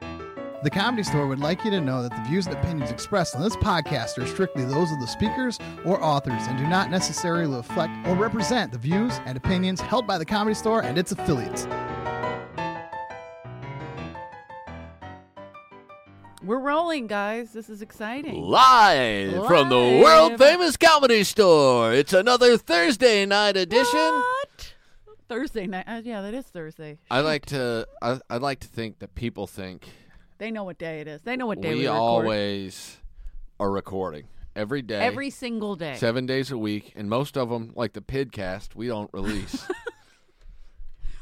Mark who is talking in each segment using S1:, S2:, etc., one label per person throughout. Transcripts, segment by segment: S1: The Comedy Store would like you to know that the views and opinions expressed on this podcast are strictly those of the speakers or authors and do not necessarily reflect or represent the views and opinions held by the Comedy Store and its affiliates.
S2: We're rolling, guys. This is exciting.
S3: Live, from the
S2: Live.
S3: world famous comedy store. It's another Thursday night edition.
S2: What? Thursday night. Uh, yeah, that is Thursday.
S3: I like to I, I like to think that people think
S2: They know what day it is. They know what day
S3: we,
S2: we, record.
S3: always are recording every day.
S2: every single day.
S3: 7 days a week and most of them like the podcast we don't release.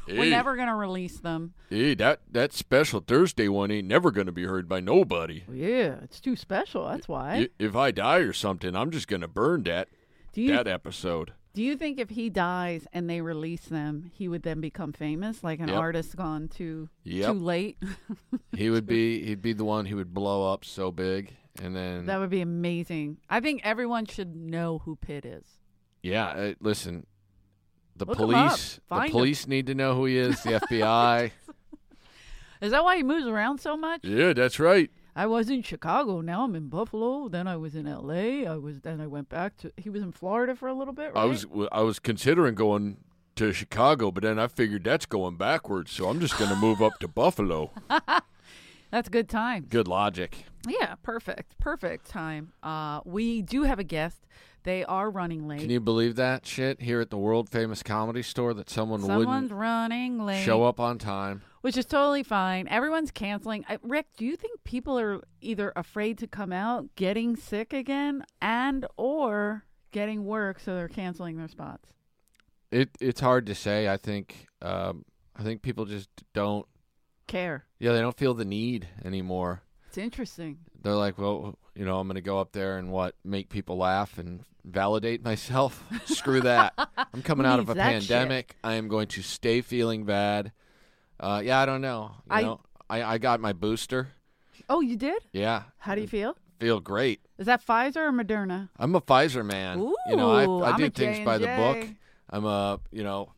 S2: We're never gonna release them.
S3: Hey, that that special Thursday one ain't never going to be heard by nobody.
S2: Yeah, it's too special. That's why.
S3: I- If I die or something, I'm just going to burn that
S2: do you
S3: that episode.
S2: do you think if he dies and they release them, he would then become famous, like an
S3: Yep.
S2: artist gone too
S3: Yep.
S2: too late?
S3: He would be he'd be the one who would blow up so big and then
S2: that would be amazing. I think everyone should know who Pitt is.
S3: yeah, uh, listen. The
S2: Look him up.
S3: police the
S2: Find him.
S3: police need to know who he is, the FBI.
S2: Is that why he moves around so much?
S3: yeah, that's right.
S2: I was in Chicago. Now I'm in Buffalo. Then I was in L.A. I was then I went back to. He was in Florida for a little bit. Right?
S3: I was I was considering going to Chicago, but then I figured that's going backwards, so I'm just going to move up to Buffalo.
S2: That's good time.
S3: Good logic.
S2: Yeah, perfect, perfect time. Uh, we do have a guest. They are running late.
S3: Can you believe that shit here at the world famous comedy store that someone
S2: Someone's
S3: wouldn't
S2: running late.
S3: show up on time?
S2: which is totally fine. Everyone's canceling. I, Rick, do you think people are either afraid to come out, getting sick again, and or getting work, so they're canceling their spots?
S3: It it's hard to say. I think um, I think people just don't.
S2: Care.
S3: Yeah, they don't feel the need anymore.
S2: It's interesting.
S3: They're like, well, you know, I'm going to go up there and what make people laugh and validate myself. Screw that. I'm coming
S2: Who
S3: out of
S2: needs
S3: a
S2: that shit?
S3: pandemic. I am going to stay feeling bad. Uh, yeah, I don't know. You
S2: I-
S3: know, I I got my booster.
S2: Oh, you did?
S3: Yeah,
S2: How do you feel?
S3: feel great.
S2: Is that Pfizer or Moderna?
S3: I'm a Pfizer man. you know,
S2: Ooh,
S3: I, I
S2: I'm
S3: do
S2: a
S3: things by the book.
S2: J&J.
S3: I'm a, you know,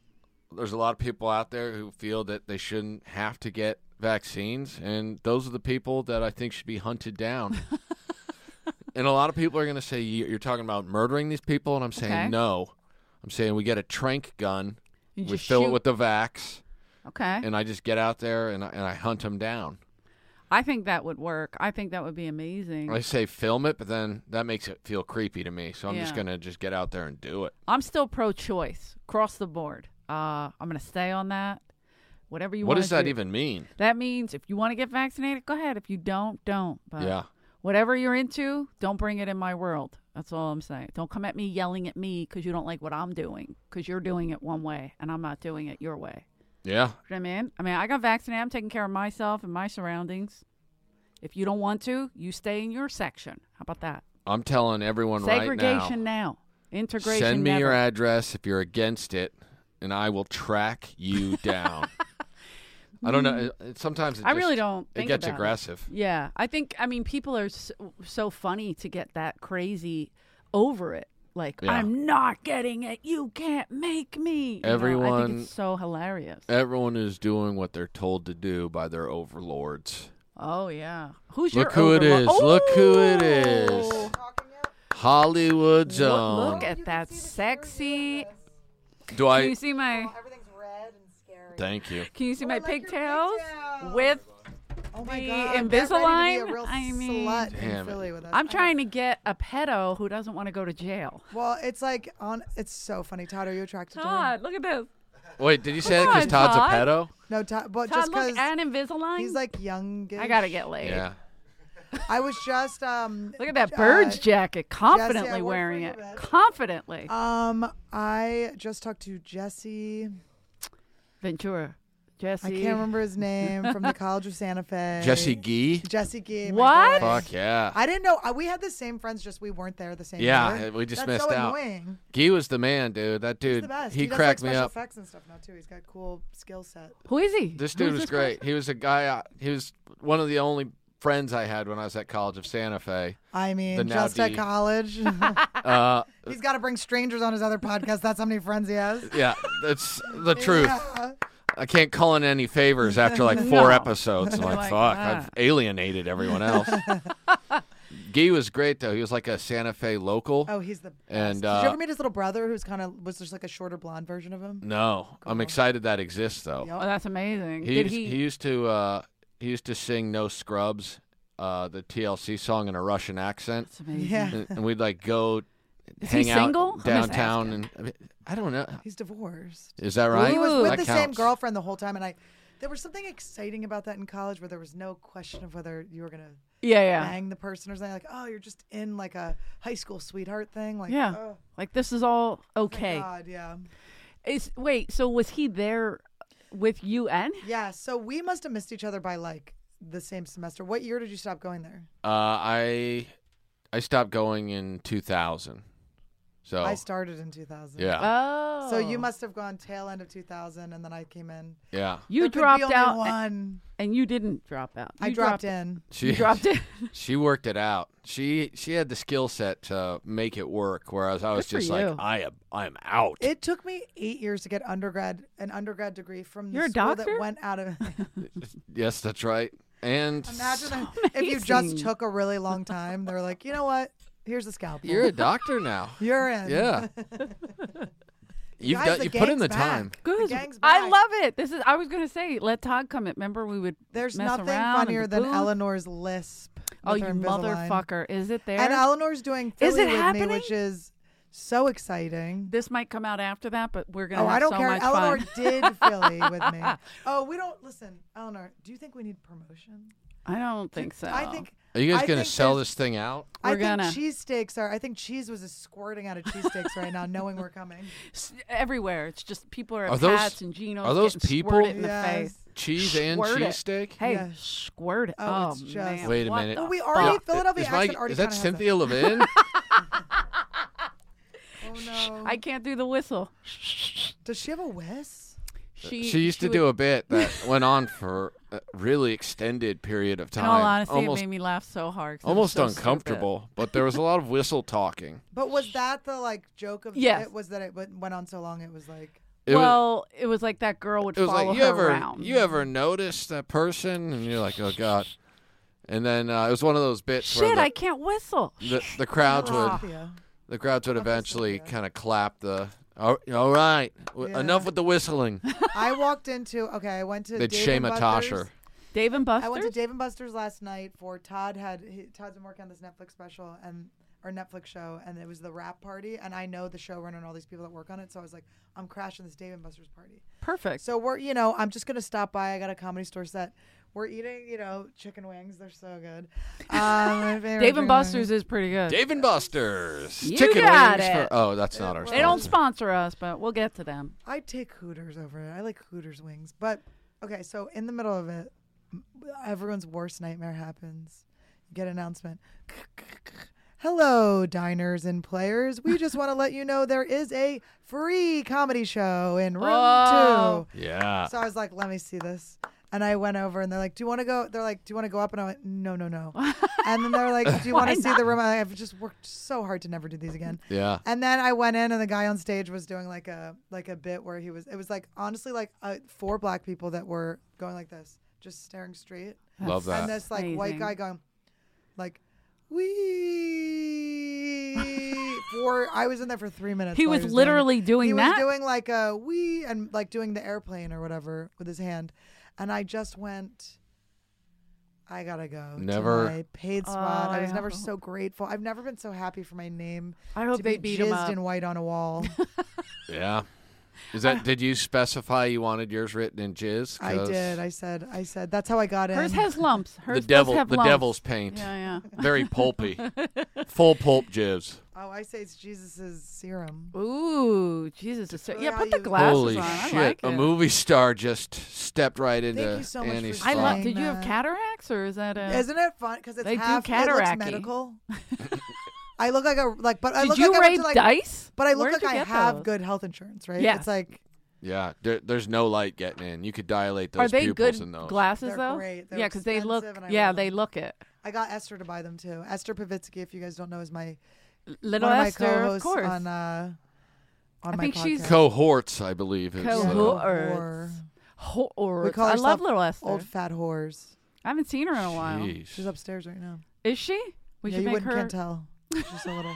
S3: there's a lot of people out there who feel that they shouldn't have to get vaccines, and those are the people that I think should be hunted down. and a lot of people are going to say "You- you're talking about murdering these people, and I'm saying
S2: Okay.
S3: no. I'm saying we get a trank gun,
S2: You
S3: we
S2: just
S3: fill it
S2: shoot-
S3: with the vax,
S2: Okay.
S3: and I just get out there and I, and I hunt them down.
S2: I think that would work. I think that would be amazing.
S3: I say film it, but then that makes it feel creepy to me, so I'm just
S2: Yeah.
S3: going to just get out there and do it.
S2: I'm still pro-choice across the board. Uh, I'm going to stay on that. Whatever you
S3: what
S2: want
S3: does that even mean?
S2: That means if you want to get vaccinated, go ahead. If you don't, don't. But
S3: Yeah.
S2: whatever you're into, don't bring it in my world. That's all I'm saying. Don't come at me yelling at me because you don't like what I'm doing because you're doing it one way and I'm not doing it your way.
S3: Yeah.
S2: You know what I mean? I mean, I got vaccinated. I'm taking care of myself and my surroundings. If you don't want to, you stay in your section. How about that?
S3: I'm telling everyone right
S2: Segregation
S3: now.
S2: now. Integration.
S3: send me your
S2: never.
S3: address if you're against it, and I will track you down. I don't know. it- it- Sometimes it
S2: Hmm. I really
S3: just-
S2: don't
S3: It
S2: think
S3: gets
S2: about it.
S3: aggressive.
S2: Yeah, I think I mean people are so, so funny to get that crazy over it. Like
S3: Yeah.
S2: I'm not getting it. You can't make me. You know, I
S3: Everyone-
S2: think it's so hilarious.
S3: Everyone is doing what they're told to do by their overlords.
S2: oh yeah, who's your
S3: Look who it
S2: overlord?
S3: is. Look who it
S2: Ooh!
S3: is. Hollywood
S2: Look,
S3: zone.
S2: look at that sexy.
S3: do
S2: Can
S3: I?
S2: you see my?
S4: Everything's red and scary.
S3: Thank you.
S2: Can you see my
S4: I like your
S2: pigtails
S4: pigtails.
S2: with?
S4: oh my
S2: the
S4: god, I'm not ready to be
S2: Invisalign?
S4: a real
S2: I mean-
S4: slut
S3: Damn it.
S4: in Philly with us.
S2: I'm trying to get a pedo who doesn't want to go to jail.
S4: Well, it's like on. It's so funny. Todd, are you attracted to
S2: Todd,
S4: him?
S2: look at this.
S3: Wait, did you say that
S2: Come
S3: because
S2: on,
S3: Todd's
S2: Todd.
S3: a pedo?
S4: No, Todd. But
S2: Todd,
S4: just
S2: look
S4: because
S2: at Invisalign.
S4: he's like young.
S2: I gotta get laid.
S3: Yeah.
S4: I was just um.
S2: Look at that
S4: uh,
S2: bird's jacket, confidently
S4: Jesse, I work for
S2: wearing
S4: you,
S2: it.
S4: man.
S2: Confidently.
S4: Um, I just talked to Jesse.
S2: Ventura.
S4: I
S2: Jesse.
S4: can't remember his name from the College of Santa Fe.
S3: Jesse Gee.
S4: Jesse Gee. my
S2: What?
S4: boy.
S3: Fuck yeah.
S4: I didn't know. I- We had the same friends, just we weren't there the same.
S3: Yeah,
S4: year.
S3: we just
S4: That's
S3: missed
S4: so
S3: out.
S4: Annoying.
S3: Gee was the man, dude. That
S4: He's
S3: dude.
S4: the best.
S3: He,
S4: does,
S3: cracked
S4: like,
S3: me
S4: special
S3: up.
S4: Effects and stuff now too. He's got cool skill set.
S2: Who is he?
S3: This
S2: Who's
S3: dude was great.
S2: person?
S3: He was a guy. I- He was one of the only friends I had when I was at College of Santa Fe.
S4: I mean,
S3: The now
S4: just at
S3: D.
S4: college.
S3: Uh,
S4: He's got to bring strangers on his other podcast. That's how many friends he has.
S3: yeah, that's the truth.
S4: Yeah.
S3: I can't call in any favors after like four
S2: No.
S3: episodes. I'm
S2: You're
S3: like,
S2: like,
S3: fuck,
S2: ah."
S3: I've alienated everyone else. Guy was great though. He was like a Santa Fe local.
S4: Oh, he's the.
S3: And,
S4: best. Did you
S3: uh,
S4: ever meet his little brother, who's kind of was just like a shorter blonde version of him?
S3: no, I'm
S4: Cool.
S3: excited that exists though.
S4: Yup.
S2: Oh, that's amazing.
S3: He,
S2: Did
S3: used-
S2: he?
S3: he used to uh, he used to sing "No Scrubs," uh, the TLC song in a Russian accent,
S2: that's amazing.
S4: Yeah,
S3: and, and we'd like go
S2: Is he
S3: hang out
S2: single? I'm just
S3: downtown. And I, mean, I don't know,
S4: he's divorced.
S3: is that right?
S4: He was
S2: Ooh.
S4: with
S3: That
S4: the same
S3: counts.
S4: girlfriend the whole time, and I. There was something exciting about that in college where there was no question of whether you were gonna
S2: Yeah, yeah.
S4: bang the person or something. Like, oh, you're just in like a high school sweetheart thing. Like,
S2: Yeah.
S4: oh,
S2: Like this is all
S4: thank
S2: okay.
S4: Oh God, yeah.
S2: Is wait, so was he there with you and
S4: Yeah, so we must have missed each other by like the same semester. What year did you stop going there?
S3: Uh, I I stopped going in 2000. So
S4: I started in 2000.
S3: Oh. yeah,
S2: Oh.
S4: So you must have gone tail end of 2000, and then I came in.
S3: yeah.
S2: you
S4: There could be
S2: dropped
S4: only
S2: out a-
S4: One.
S2: and you didn't drop out.
S4: I
S2: You
S4: dropped, in.
S3: She
S2: You dropped in.
S3: she worked it out. She she had the skill set to make it work. Whereas I was
S2: Good for
S3: just like,
S2: you.
S3: I am I am out.
S4: It took me eight years to get undergrad an undergrad degree from the
S2: You're a
S4: school
S2: doctor?
S4: that went out of.
S3: yes, that's right. And
S4: Imagine if- if you just
S2: amazing.
S4: took a really long time. They're like, you know what? Here's a scalpel.
S3: you're a doctor now.
S4: You're in.
S3: Yeah. You've
S4: Guys,
S3: done,
S4: the
S3: you put in
S4: gang's
S3: the
S4: back.
S3: time.
S2: Good.
S4: gang's
S2: I
S4: back.
S2: love it. This is I was gonna say, let Todd come in. Remember we would
S4: There's
S2: mess
S4: nothing
S2: around in
S4: funnier
S2: the
S4: than
S2: booth?
S4: Eleanor's lisp.
S2: Oh
S4: with
S2: you
S4: her Invisalign.
S2: motherfucker. Is it there?
S4: And Eleanor's doing Philly
S2: Is it
S4: with
S2: happening?
S4: me, which is so exciting.
S2: this might come out after that, but we're gonna
S4: Oh,
S2: have
S4: I don't
S2: so
S4: care.
S2: much
S4: Eleanor
S2: fun.
S4: did Philly with me. Oh, we don't listen, Eleanor. Do you think we need promotion?
S2: I don't think so.
S4: I think.
S3: Are you guys
S4: I
S3: going to
S4: think
S3: sell
S4: there's-
S3: this thing out?
S4: I
S2: We're
S4: think
S2: gonna.
S4: cheesesteaks are. I think cheese was just squirting out of cheesesteaks right now, knowing we're coming.
S2: S- everywhere. It's just people are at
S3: Are those-
S2: Pat's and Geno's.
S3: are those
S2: getting
S3: people?
S2: squirted in
S4: Yes.
S2: the face?
S3: Cheese and
S2: Squirt it.
S3: cheesesteak?
S2: Hey,
S4: Yeah.
S2: squirt it.
S4: Oh, it's just-
S2: man.
S3: Wait a
S2: what
S3: minute.
S2: the
S4: Well, we
S2: fuck?
S4: already-
S3: Yeah.
S4: Philadelphia
S3: is, my-
S4: accent already
S3: is that
S4: kinda has
S3: Cynthia Levin?
S4: Oh no!
S2: I can't do the whistle.
S4: Does she have a whiz?
S2: She,
S3: she used to
S2: would-
S3: do a bit that went on for a really extended period of time.
S2: In all honesty,
S3: almost
S2: it made me laugh so hard. 'cause it was
S3: almost
S2: so
S3: uncomfortable, but there was a lot of whistle talking.
S4: But was that the like joke of
S2: Yes.
S4: it? Was that it went went on so long? It was like
S2: stupid.
S3: It was,
S2: well, it was like that girl would
S3: it was
S2: follow
S3: like you
S2: her
S3: ever
S2: around.
S3: you ever noticed that person, and you're like, oh god. And then uh, it was one of those bits where
S2: Shit,
S3: the,
S2: I can't whistle.
S3: the, the crowds
S4: Ah.
S3: would
S4: Cynthia.
S3: the crowds would eventually
S4: Cynthia.
S3: kind of clap the. All, all right, w-
S4: Yeah.
S3: enough with the whistling.
S4: I walked into. Okay, I went to.
S3: They'd
S4: Dave
S3: shame
S4: and
S3: a
S4: Buster's.
S3: Tasher.
S2: Dave and
S4: I went to
S2: Buster's.
S4: Dave and Buster's last night for Todd had he, Todd's been working on this Netflix special and or Netflix show and it was the rap party and I know the showrunner and all these people that work on it so I was like I'm crashing this Dave and Buster's party.
S2: Perfect.
S4: So we're you know I'm just gonna stop by. I got a comedy store set. We're eating you know chicken wings. They're so good. Um, my favorite
S2: Dave and
S4: chicken
S2: Buster's
S4: wings.
S2: is pretty good.
S3: Dave and Buster's
S2: You
S3: chicken
S2: got
S3: wings.
S2: it.
S3: For, oh, that's not our.
S4: They
S2: they don't
S3: sponsor.
S2: sponsor us, but we'll get to them.
S4: I take Hooters over it. I like Hooters wings. But okay, so in the middle of it, m- everyone's worst nightmare happens. You get an announcement. Hello, diners and players. We just want to let you know there is a free comedy show in room
S2: Oh.
S4: two.
S3: Yeah.
S4: So I was like, let me see this. And I went over and they're like, Do you want to go? They're like, Do you want to go up? And I went, No, no, no. and then they're like, Do you want
S2: Why
S4: to see
S2: not?
S4: the room? I- I've just worked so hard to never do these again.
S3: Yeah.
S4: And then I went in, and the guy on stage was doing like a like a bit where he was. It was like honestly like uh, four black people that were going like this, just staring straight,
S3: Love
S4: and
S3: that.
S4: this like white
S2: amazing.
S4: guy going, like, we. Four. I was in there for three minutes.
S2: He
S4: while
S2: was
S4: doing it.
S2: literally doing
S4: he
S2: that?
S4: was doing like a we and like doing the airplane or whatever with his hand, and I just went. I gotta go. to
S3: Never-
S4: my paid spot.
S2: Oh,
S4: I
S2: I
S4: was never
S2: hope-
S4: so grateful. I've never been so happy for my name
S2: I hope
S4: to
S2: Oh, they
S4: be
S2: beat him
S4: jizzed
S2: up.
S4: in white on a wall.
S3: Yeah. Is that? Did you specify you wanted yours written in jizz?
S4: I
S3: 'Cause
S4: did. I said. I said. That's how I got in.
S2: Hers has lumps. Hers
S3: the
S2: does
S3: devil.
S2: have
S3: The
S2: lumps.
S3: devil's paint.
S2: Yeah,
S3: Very pulpy. Full pulp jizz.
S4: oh, I say it's Jesus's serum.
S2: yeah. Ooh, Jesus. It's so,
S4: really
S2: yeah,
S4: how
S2: put the
S4: you-
S2: glasses
S3: Holy
S2: on.
S3: shit!
S2: I like
S3: a
S2: it.
S3: movie star just stepped right into
S4: you so much for
S3: Annie's
S2: I
S4: saying
S3: slot.
S2: love. Did you have
S4: that.
S2: cataracts or is that a?
S4: Isn't it fun? Because it's
S2: They do
S4: half it looks
S2: cataract-y.
S4: medical. I look like a like, but I
S2: did
S4: look
S2: you
S4: like I went
S2: raid
S4: to like,
S2: dice?
S4: but I look
S2: Where'd
S4: like
S2: you
S4: I
S2: get
S4: have
S2: those?
S4: good health insurance, right?
S2: Yes.
S4: It's like
S3: Yeah. There, there's no light getting in. You could dilate those
S2: Are they
S3: pupils
S2: good
S3: in those.
S2: glasses
S4: They're
S2: though?
S4: great. They're
S2: yeah, because they look.
S4: expensive and I
S2: Yeah,
S4: love
S2: they
S4: them.
S2: look it.
S4: I got Esther to buy them too. Esther Pavitsky, if you guys don't know, is my
S2: Little
S4: one of
S2: Esther,
S4: my
S2: of
S4: co-hosts
S2: course.
S4: on uh, on
S2: I
S4: my
S2: think she's-
S4: podcast.
S3: Cohorts, I believe. Is, uh,
S2: Cohort. Cohorts. Ho- or
S4: We call
S2: I love
S4: herself
S2: Little Esther.
S4: Old fat whores.
S2: I haven't seen her in a while.
S3: Jeez.
S4: She's upstairs right now.
S2: Is she? We
S4: yeah,
S2: should
S4: you
S2: make
S4: wouldn't
S2: her.
S4: can't tell. She's a little.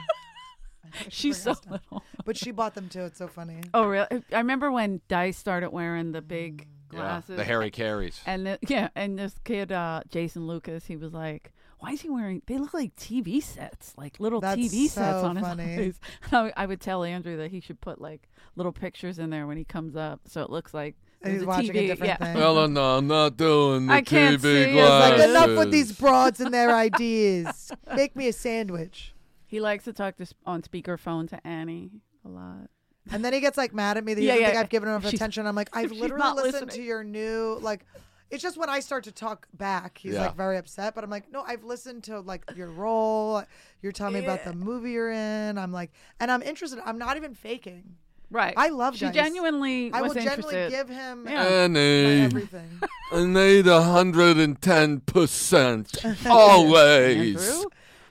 S2: She's so little.
S4: But she bought them too. It's so funny.
S2: Oh, really? I remember when Dice started wearing the big
S3: Yeah,
S2: glasses.
S3: the Harry Carries.
S2: And the, yeah, and this kid, uh, Jason Lucas, he was like, "Why is he wearing? They look like TV sets, like little
S4: That's
S2: TV sets
S4: so
S2: on his
S4: funny.
S2: eyes." And I, I would tell Andrew that he should put like little pictures in there when he comes up, so it looks like
S4: And
S2: there's
S4: he's watching
S2: TV.
S4: a different
S2: yeah.
S4: thing.
S3: Helen, I'm not doing the
S2: I can't
S3: TV
S2: see.
S4: It's like
S3: uh,
S2: Yes.
S4: enough with these broads and their ideas. Make me a sandwich.
S2: He likes to talk to s- on speakerphone to Annie a lot.
S4: And then he gets like mad at me that you
S2: Yeah,
S4: don't
S2: yeah.
S4: think I've given him enough
S2: She's-
S4: attention. I'm like, I've
S2: she's
S4: literally
S2: not
S4: listened to
S2: listening.
S4: your new like. It's just when I start to talk back, he's
S3: Yeah.
S4: like very upset. But I'm like, no, I've listened to like your role. You're telling me about the movie you're in. I'm like, and I'm interested. I'm not even faking.
S2: Right.
S4: I love
S2: She
S4: Dice.
S2: genuinely
S4: I
S2: was
S4: will genuinely
S2: interested.
S4: give him
S2: Yeah.
S3: Annie,
S4: everything.
S3: I need hundred and ten percent always.
S2: Andrew?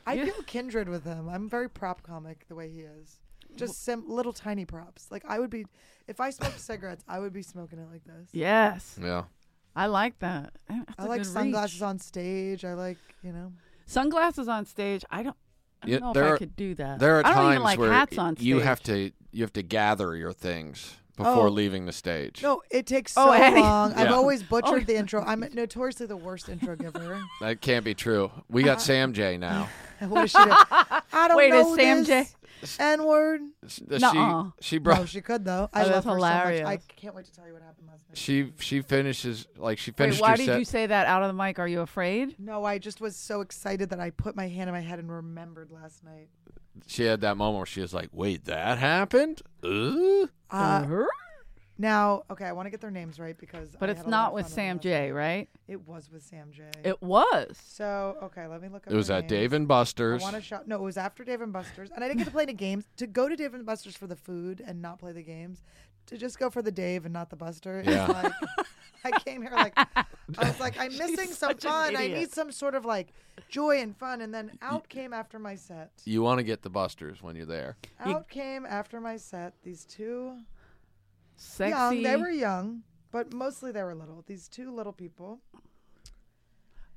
S4: I
S2: Yeah.
S4: feel kindred with him. I'm very prop comic the way he is. Just sim- little tiny props. Like I would be, if I smoked cigarettes, I would be smoking it like this.
S2: Yes,
S3: Yeah,
S2: I like that. That's
S4: I
S2: a
S4: like
S2: good
S4: sunglasses
S2: reach.
S4: on stage. I like, you know,
S2: Sunglasses on stage. I don't. I don't
S3: Yeah,
S2: know
S3: there
S2: if I
S3: are-
S2: could do that.
S3: there are
S2: I don't
S3: times
S2: even like
S3: where
S2: hats on stage.
S3: you have to you have to gather your things before
S4: Oh.
S3: leaving the stage.
S4: no, it takes so
S2: Oh, Annie.
S4: long. I've
S3: Yeah.
S4: always butchered
S2: Oh.
S4: the intro. I'm notoriously the worst intro giver.
S3: That can't be true. We
S2: Uh-huh.
S3: got Sam J now.
S4: what is she? doing? I don't
S2: Wait, is
S4: know
S2: Sam
S4: this. N word.
S3: uh, She
S2: Nuh-uh.
S3: she brought
S4: No, she could though. I
S2: Oh,
S4: love
S2: that's
S4: her so
S2: hilarious.
S4: much. I can't wait to tell you what happened last night.
S3: she she finishes like she
S2: Wait,
S3: finished
S2: why
S3: her
S2: did
S3: set.
S2: you say that out of the mic? Are you afraid?
S4: No, I just was so excited that I put my hand in my head and remembered last night.
S3: she had that moment where she was like, "Wait, that happened?" Ooh.
S4: Uh,
S2: Uh-huh.
S4: Now, okay, I want to get their names right because.
S2: But
S4: I
S2: it's
S4: had a lot
S2: not
S4: of
S2: with
S4: fun
S2: Sam
S4: them last
S2: J, right?
S4: night. It was with Sam J.
S2: It was.
S4: so okay, let me look up.
S3: It was
S4: their
S3: at
S4: names.
S3: Dave and
S4: I
S3: Buster's.
S4: want to shout. No, it was after Dave and Buster's, and I didn't get to play any games. To go to Dave and Buster's for the food and not play the games, to just go for the Dave and not the Buster. is
S3: Yeah.
S4: Like, I came here like I was like I'm missing some
S2: such an
S4: fun. I
S2: idiot.
S4: need some sort of like joy and fun. And then out came after my set.
S3: You want to get the Buster's when you're there.
S2: You-
S4: Out came after my set these two
S2: Sexy.
S4: young. They were young, but mostly they were little. These two little people.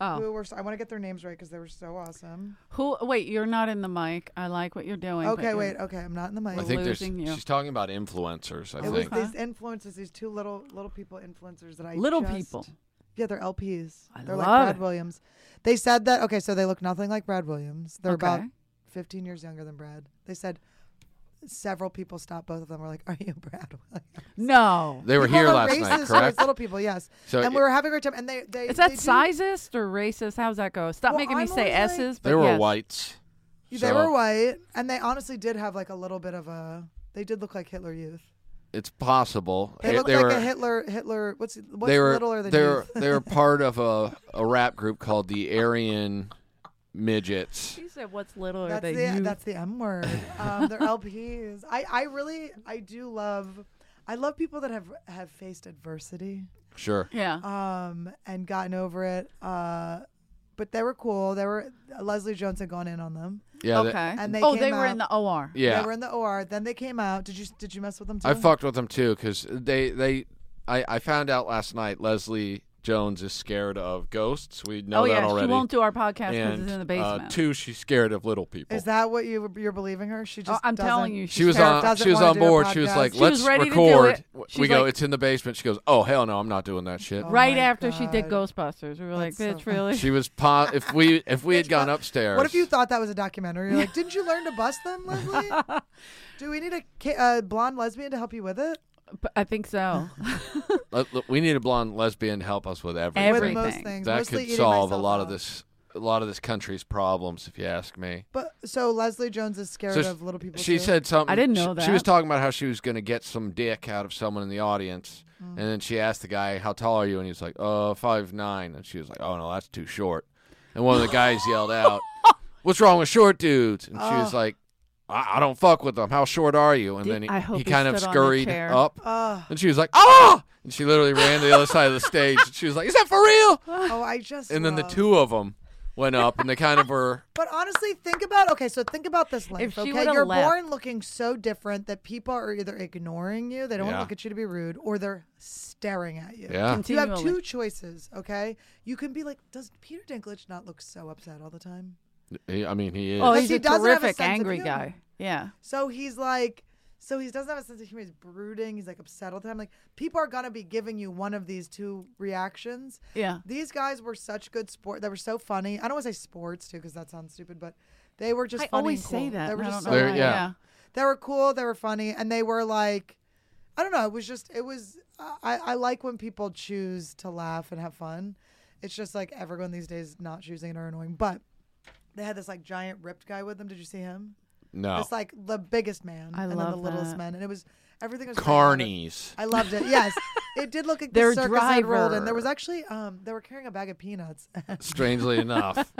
S2: oh.
S4: who were so, I want to get their names right because they were so awesome.
S2: Who? Wait, you're not in the mic. I like what you're doing. but
S4: okay,
S2: you're-
S4: wait. oh, Okay, I'm not in the mic.
S3: I think there's
S2: losing you.
S3: she's talking about influencers. I
S4: it was
S3: think.
S4: these influences, these two little little people influencers that I
S2: Little
S4: just-
S2: people.
S4: Yeah, they're LPs.
S2: I
S4: they're
S2: love
S4: like Brad
S2: it.
S4: Williams. They said that. Okay, so they look nothing like Brad Williams. They're about
S2: Okay.
S4: 15 years younger than Brad. They said several people stopped both of them. Were like, "Are you Brad?" Williams?"
S2: No.
S3: They were
S4: People
S3: here
S4: are
S3: last
S4: racist
S3: night,
S4: towards
S3: correct?
S4: Little people, yes.
S3: So
S4: and
S3: it-
S4: we were having a great time. And they they
S2: Is that
S4: they do-
S2: sizist or racist? How's that go? Stop
S4: Well,
S2: making
S4: I'm
S2: me say
S4: always like-
S2: S's. But
S3: they were
S2: yes.
S3: whites.
S4: They
S3: so
S4: were white, and they honestly did have like a little bit of a. They did look like Hitler Youth.
S3: It's possible.
S4: They
S3: It-
S4: look like
S3: were,
S4: a Hitler. Hitler. What's what's
S3: they were,
S4: littler than
S3: they
S4: youth?
S3: were, they were part of a, a rap group called the Aryan Midgets.
S2: She said, "What's little are
S4: that's
S2: they?"
S4: the
S2: you?
S4: that's the M word. Um, they're LPs. I I really I do love. I love people that have have faced adversity,
S3: Sure.
S2: yeah.
S4: um, and gotten over it. Uh, but they were cool. They were Leslie Jones had gone in on them.
S3: Yeah.
S2: okay.
S3: that-
S4: and they
S2: oh,
S4: came
S2: they were
S4: out-
S2: in the OR.
S3: yeah.
S4: They were in the OR. Then they came out. Did you did you mess with them too?
S3: I fucked with them too because they they I, I found out last night Leslie Jones is scared of ghosts. We know
S2: oh
S3: that
S2: yeah,
S3: already.
S2: she won't do our podcast because
S3: and
S2: it's in the
S3: Uh,
S2: basement.
S3: two, she's scared of little people.
S4: Is that what you you're believing her? She
S2: oh,
S4: just
S2: I'm telling
S4: doesn't-
S2: you, she's
S3: she was
S2: terrified.
S3: on.
S4: doesn't
S3: She was
S4: wanna
S3: on
S4: do a
S3: board. She was
S4: podcast.
S3: like,
S2: She was
S3: "Let's
S2: ready to do
S3: record."
S2: it.
S3: W-
S2: She's
S3: We go,
S2: like-
S3: "It's in the basement." She goes, "Oh hell no, I'm not doing that shit."
S4: Oh
S2: right
S4: my
S2: after she did
S4: God.
S2: Ghostbusters. We were like,
S4: That's so
S2: "Bitch,
S4: funny.
S2: really?"
S3: She was po- if we if we had gone upstairs.
S4: What if you thought that was a documentary? You're like, didn't you learn to bust them, Leslie? Do we need a ki- uh, blonde lesbian to help you with it?
S2: But I think so.
S3: Let- let- we need a blonde lesbian to help us with everything.
S4: With
S2: Everything.
S4: most things,
S3: That
S4: mostly
S3: could
S4: eating
S3: solve a
S4: myself
S3: lot of
S4: out.
S3: this a lot of this country's problems, if you ask me.
S4: But so Leslie Jones is scared
S3: So
S4: of little people.
S3: She
S4: too?
S3: said something.
S2: I didn't
S3: she-
S2: know
S3: She was
S2: that.
S3: talking about how she was going to get some dick out of someone in the audience,
S2: Mm.
S3: and then she asked the guy, "How tall are you?" And he was like, "Uh, five nine. And she was like, "Oh no, that's too short." And one of the guys yelled out, "What's wrong with short dudes?" And she was like, I-, "I don't fuck with them. How short are you?" And
S2: Did-
S3: then he,
S2: I hope
S3: he
S2: he
S3: kind of
S2: stood on the
S3: scurried
S2: chair.
S3: up,
S4: Ugh.
S3: and she was like, "Ah!" And she literally ran to the other side of the stage, and she was like, "Is that for real?"
S4: "Oh, I just."
S3: And then the
S4: love-
S3: two of them went up, and they kind of were.
S4: But honestly, think about okay. So think about this life.
S2: she
S4: okay,
S2: would've
S4: you're
S2: left-
S4: born looking so different that people are either ignoring you, they don't want
S3: Yeah.
S4: to look at you to be rude, or they're staring at you.
S3: Yeah.
S4: You have
S2: Continually.
S4: two choices. Okay, you can be like, does Peter Dinklage not look so upset all the time?
S3: He- I mean, he is.
S2: Oh,
S4: Because
S2: he's
S4: he
S2: a
S4: doesn't have a
S2: terrific
S4: sense of
S2: angry
S4: humor.
S2: guy. Yeah.
S4: So he's like, so he doesn't have a sense of humor. He's brooding. He's like upset all the time. Like people are gonna be giving you one of these two reactions.
S2: Yeah.
S4: These guys were such good sport. They were so funny. I don't want to say sports too because that sounds stupid, but they were just
S2: I
S4: funny.
S2: always
S4: and cool.
S2: say that.
S4: They were
S2: and I
S4: just
S2: don't
S4: so
S2: know
S3: They're-
S2: why.
S3: yeah.
S4: they were cool they were funny and they were like i don't know it was just it was i i like when people choose to laugh and have fun it's just like everyone these days not choosing it are annoying but they had this like giant ripped guy with them did you see him
S3: no
S4: it's like the biggest man
S2: I
S4: and then the
S2: love
S4: littlest
S2: that.
S4: man and it was everything was
S3: carnies.
S4: i loved it yes it did look like
S2: Their
S4: the circus had rolled in there
S2: driver.
S4: was actually um they were carrying a bag of peanuts It
S3: Strangely enough,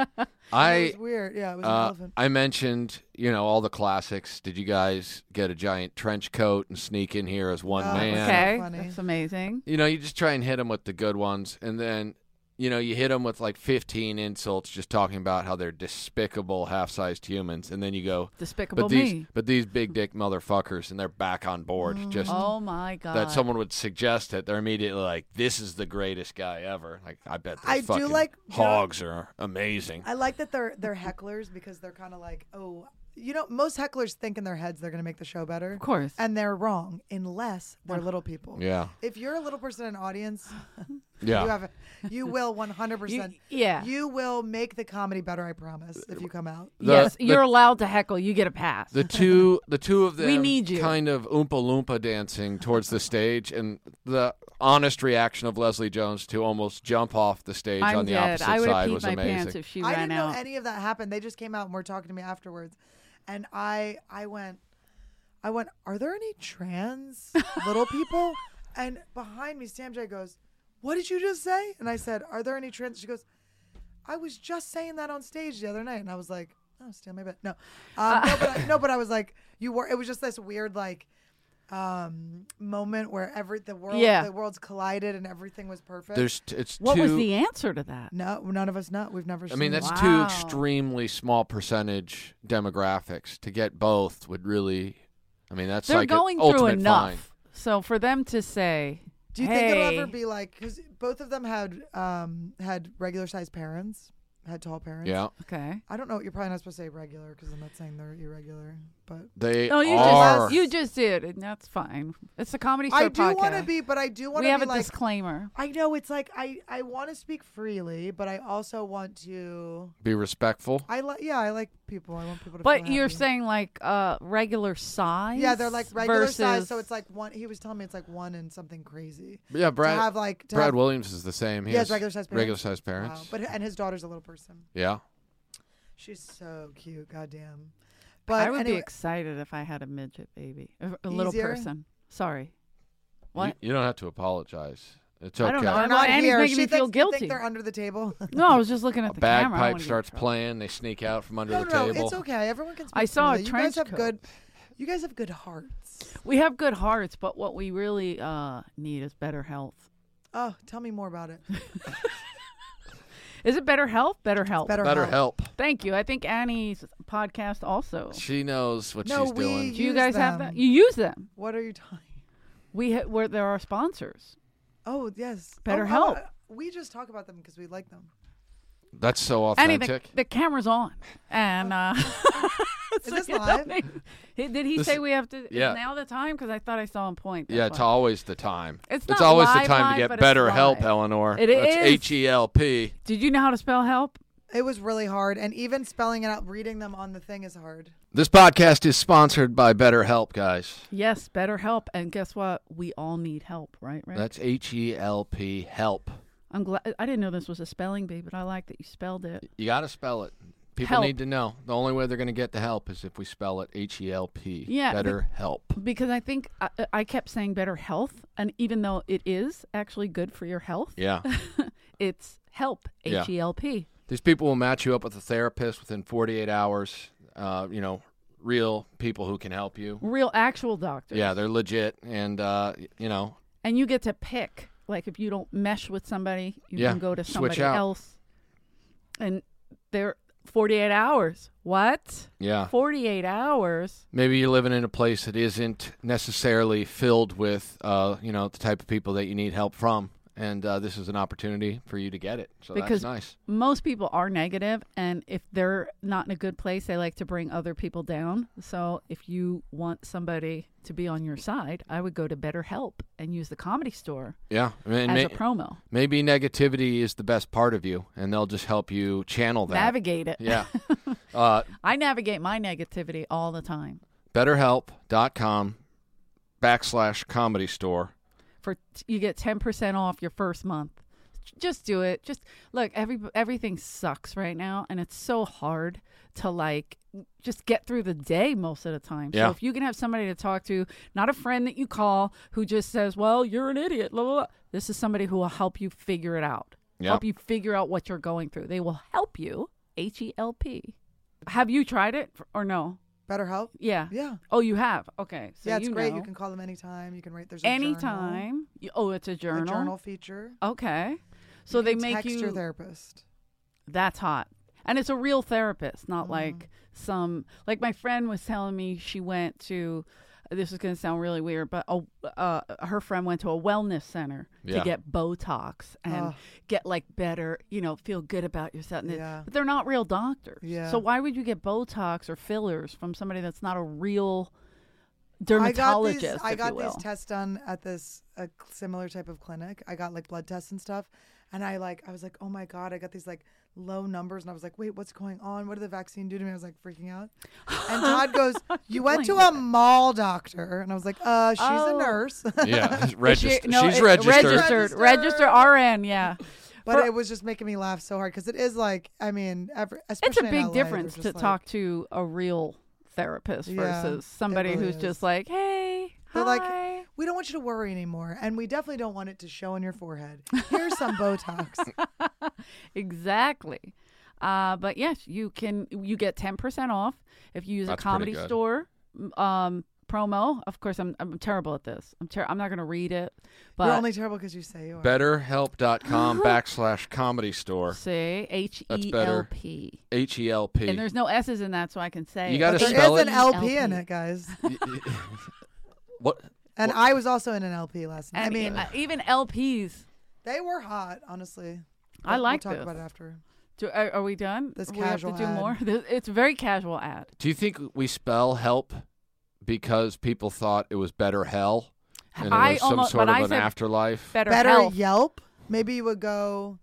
S3: I
S4: was weird yeah it was an
S3: Uh,
S4: elephant
S3: I mentioned, you know, all the classics. Did you guys get a giant trench coat and sneak in here as one
S4: Oh,
S3: man?
S4: Yeah.
S2: Okay.
S4: Funny.
S2: That's amazing.
S3: You know, you just try and hit them with the good ones, and then, you know, you hit them with like 15 insults, just talking about how they're despicable half-sized humans, and then you go,
S2: Despicable
S3: but these,
S2: me.
S3: but these big dick motherfuckers, and they're back on board. Just
S2: Oh my god.
S3: that someone would suggest it, they're immediately like, "This is the greatest guy ever." Like, I bet those
S4: I do
S3: fucking
S4: like-
S3: hogs are amazing.
S4: I like that they're they're hecklers because they're kind of like, oh, you know, most hecklers think in their heads they're going to make the show better,
S2: Of course. Uh-huh.
S4: and they're wrong unless they're little people.
S3: yeah,
S4: If you're a little person in an audience,
S3: yeah.
S4: you have you will 100%.
S2: You- yeah.
S4: You will make the comedy better, I promise, if you come out.
S3: The-
S2: yes,
S3: the-
S2: you're allowed to heckle. You get a pass.
S3: the two the two of them
S2: We need you.
S3: kind of oompa loompa dancing towards the stage and the honest reaction of Leslie Jones to almost jump off the stage
S2: I'm
S3: on the
S2: dead.
S3: opposite
S2: I would have
S3: side
S2: peed
S3: was
S2: my
S3: amazing.
S2: pants if she
S4: I
S2: ran
S4: didn't
S2: out.
S4: know any of that happened. They just came out and were talking to me afterwards, and I I went, I went. Are there any trans little people? And behind me, Sam J goes, "What did you just say?" And I said, "Are there any trans?" She goes, "I was just saying that on stage the other night," and I was like, "Oh, steal my bet." No, um, no, but I, no, but I was like, "You were." It was just this weird like um moment where every the world
S2: Yeah.
S4: the worlds collided and everything was perfect.
S3: There's t- it's
S2: what
S3: two
S2: was the answer to that?
S4: no, none of us not. We've never.
S3: I mean
S4: seen
S3: that's
S4: it.
S3: two
S2: Wow.
S3: extremely small percentage demographics to get both would really I mean that's
S2: They're
S3: like an
S2: going through
S3: ultimate
S2: enough.
S3: fine.
S2: So for them to say,
S4: Do you think it'll ever
S2: "Hey,"
S4: be like because both of them had um had regular sized parents, had tall parents.
S3: Yeah.
S2: Okay.
S4: I don't know. You're probably not supposed to say regular because I'm not saying they're irregular, but.
S3: They
S2: No, you
S3: are
S2: just you just did, and that's fine. It's a comedy show
S4: I do want to
S2: podcast.
S4: be, but I do want
S2: We
S4: to
S2: have
S4: be
S2: a
S4: like.
S2: disclaimer.
S4: I know it's like I I want to speak freely, but I also want to.
S3: be respectful.
S4: I like yeah, I like people. I want people to.
S2: But
S4: feel
S2: you're
S4: happy.
S2: saying like uh regular size?
S4: Yeah, they're like regular size,
S2: versus-
S4: so it's like one. He was telling me it's like one and something crazy.
S3: Yeah,
S4: to
S3: Brad
S4: have like to
S3: Brad
S4: have,
S3: Williams is the same. He
S4: He has
S3: has
S4: regular-sized parents?
S3: regular sized
S4: wow,
S3: parents.
S4: but and his daughter's a little person.
S3: yeah.
S4: She's so cute. Goddamn. But
S2: I would be
S4: anyway, excited.
S2: excited if I had a midget baby, a, a little
S4: Easier?
S2: person. Sorry. What?
S3: You, you don't have to apologize. It's okay.
S2: I don't know.
S4: They're
S2: I want
S4: not
S2: anything
S4: here.
S2: to
S4: She
S2: me feel
S4: thinks- you think
S2: guilty.
S4: they're under the table.
S2: No, I was just looking at the
S3: a
S2: camera. I don't
S3: bagpipe
S2: wanna get in
S3: starts
S2: trouble.
S3: playing. They sneak out from under
S4: no,
S3: the
S4: no,
S3: table.
S4: it's okay. Everyone can. Speak
S2: I
S4: for
S2: saw a
S4: themselves. You guys
S2: trench coat.
S4: have good. You guys have good hearts.
S2: We have good hearts, but what we really uh, need is better health.
S4: Oh, tell me more about it.
S2: Is it better health? Better health.
S4: Better,
S3: Better help.
S2: Thank you. I think Annie's podcast also.
S3: She knows what
S4: No,
S3: she's
S4: we-
S3: doing.
S2: Do you
S4: Use
S2: guys have
S4: them.
S2: that? You use them.
S4: What are you talking?
S2: We ha- where there are sponsors.
S4: Oh yes,
S2: Better
S4: Oh,
S2: help.
S4: oh, we just talk about them because we like them.
S3: That's so
S2: Annie,
S3: authentic.
S2: the, the camera's on, and uh,
S4: Is this
S2: you know,
S4: live?
S2: they- he- did he
S3: This-
S2: say we have to? is
S3: yeah.
S2: now the time because I thought I saw him point.
S3: yeah,
S2: That's
S3: it's
S2: why.
S3: always the time.
S2: It's not
S3: always
S2: live,
S3: the time
S2: live, but
S3: to get
S2: it's
S3: better help,
S2: live.
S3: Eleanor.
S2: It
S3: That's
S2: is.
S3: H E L P.
S2: Did you know how to spell help?
S4: It was really hard, and even spelling it out, reading them on the thing is hard.
S3: This podcast is sponsored by BetterHelp, guys.
S2: Yes, better help. And guess what? We all need help, right? Right.
S3: That's H E L P help.
S2: I'm glad. I didn't know this was a spelling bee, but I like that you spelled it.
S3: You got to spell it. People
S2: Help.
S3: need to know. The only way they're going to get the help is if we spell it H E L P.
S2: Yeah, but-
S3: Better help.
S2: Because I think I, I kept saying better health, and even though it is actually good for your health,
S3: Yeah.
S2: it's help.
S3: Yeah.
S2: H E L P.
S3: These people will match you up with a therapist within 48 hours. Uh, you know, real people who can help you.
S2: Real actual doctor.
S3: Yeah, they're legit, and uh, y- you know,
S2: And you get to pick. Like if you don't mesh with somebody, you
S3: Yeah,
S2: can go to
S3: switch
S2: somebody
S3: out.
S2: else. And they're 48 hours. What?
S3: Yeah.
S2: 48 hours?
S3: Maybe you're living in a place that isn't necessarily filled with, uh, you know, the type of people that you need help from, and uh, this is an opportunity for you to get it. So
S2: Because-
S3: that's nice.
S2: Most people are negative, and if they're not in a good place, they like to bring other people down. So if you want somebody to be on your side, I would go to BetterHelp and use the comedy store
S3: Yeah, I mean,
S2: as
S3: may-
S2: a promo.
S3: maybe negativity is the best part of you, and they'll just help you channel that.
S2: Navigate it.
S3: Yeah. uh,
S2: I navigate my negativity all the time.
S3: BetterHelp.com backslash comedy store.
S2: for you get 10% off your first month just do it just look every everything sucks right now and it's so hard to like just get through the day most of the time
S3: Yeah.
S2: so if you can have somebody to talk to not a friend that you call who just says well you're an idiot blah, blah, blah. this is somebody who will help you figure it out
S3: Yeah.
S2: help you figure out what you're going through they will help you h-e-l-p have you tried it or no
S4: BetterHelp.
S2: yeah
S4: Yeah.
S2: oh you have okay so
S4: yeah, it's
S2: you
S4: great.
S2: know.
S4: You can call them anytime. You can write. There's a journal,
S2: anytime you, oh it's a
S4: a
S2: journal
S4: journal feature.
S2: Okay. So
S4: You
S2: they
S4: can
S2: make
S4: text
S2: you
S4: your therapist.
S2: that's hot. And it's a real therapist,
S4: Mm-hmm.
S2: not like some like my friend was telling me she went to this is going to sound really weird, but a, uh, her friend went to a wellness center
S3: Yeah.
S2: to get Botox and
S4: Ugh.
S2: get like better, you know, feel good about yourself. And it-
S4: Yeah.
S2: But they're not real doctors.
S4: Yeah.
S2: So why would you get Botox or fillers from somebody that's not a real
S4: I got these.
S2: dermatologist?
S4: I
S2: if
S4: got
S2: you
S4: these
S2: will?
S4: tests done at this a cl- similar type of clinic. I got like blood tests and stuff, and I like I was like, oh my god, I got these like low numbers, and I was like, wait, what's going on? What did the vaccine do to me? I was like freaking out. And Todd goes, you went to
S2: doing
S4: a mall doctor, and I was like, uh, she's
S2: Oh.
S4: a nurse.
S3: Yeah,
S2: Is she-
S3: registered.
S2: no,
S3: She's
S2: it-
S3: registered.
S2: Registered. Register
S4: Registered.
S2: RN. Yeah.
S4: but
S2: For-
S4: it was just making me laugh so hard because it is like, I mean, every,
S2: it's a
S4: especially in
S2: big
S4: LA, they're
S2: difference
S4: just
S2: to
S4: like-
S2: talk to a real therapist
S4: Yeah,
S2: versus
S4: it
S2: somebody
S4: really
S2: who's
S4: is.
S2: just like, "Hey,
S4: They're
S2: hi."
S4: like, We don't want you to worry anymore, and we definitely don't want it to show on your forehead. Here's some Botox.
S2: exactly. Uh, but yes, you can. You get ten percent off if you use a
S3: That's
S2: comedy
S3: pretty good.
S2: store um, promo. Of course, I'm I'm terrible at this. I'm ter- I'm not gonna read it. But
S4: You're only terrible because you say you are.
S3: BetterHelp.com
S2: Uh-huh.
S3: backslash comedy store.
S2: say H
S3: That's
S2: E
S3: better.
S2: L P,
S3: H E L P.
S2: and there's no s's in that, so I can say
S3: You
S2: it.
S3: gotta
S4: But there
S3: spell
S4: is
S3: it.
S4: an LP in
S2: LP.
S4: it, guys.
S3: What?
S4: And I was also in an LP last night.
S2: And
S4: I mean,
S2: uh, even LPs.
S4: they were hot, honestly.
S2: I
S4: We'll-
S2: like
S4: we'll
S2: this.
S4: talk about it after.
S2: Do, are, are we done?
S4: This
S2: we have to
S4: casual
S2: do
S4: ad.
S2: more. This- It's a very casual ad.
S3: Do you think we spell help because people thought it was better hell? And it
S2: I
S3: was
S2: almost-
S3: some sort
S2: but
S3: of
S2: I
S3: an
S2: said
S3: afterlife?
S2: Better,
S4: Better
S2: health.
S4: Yelp. Maybe you would go.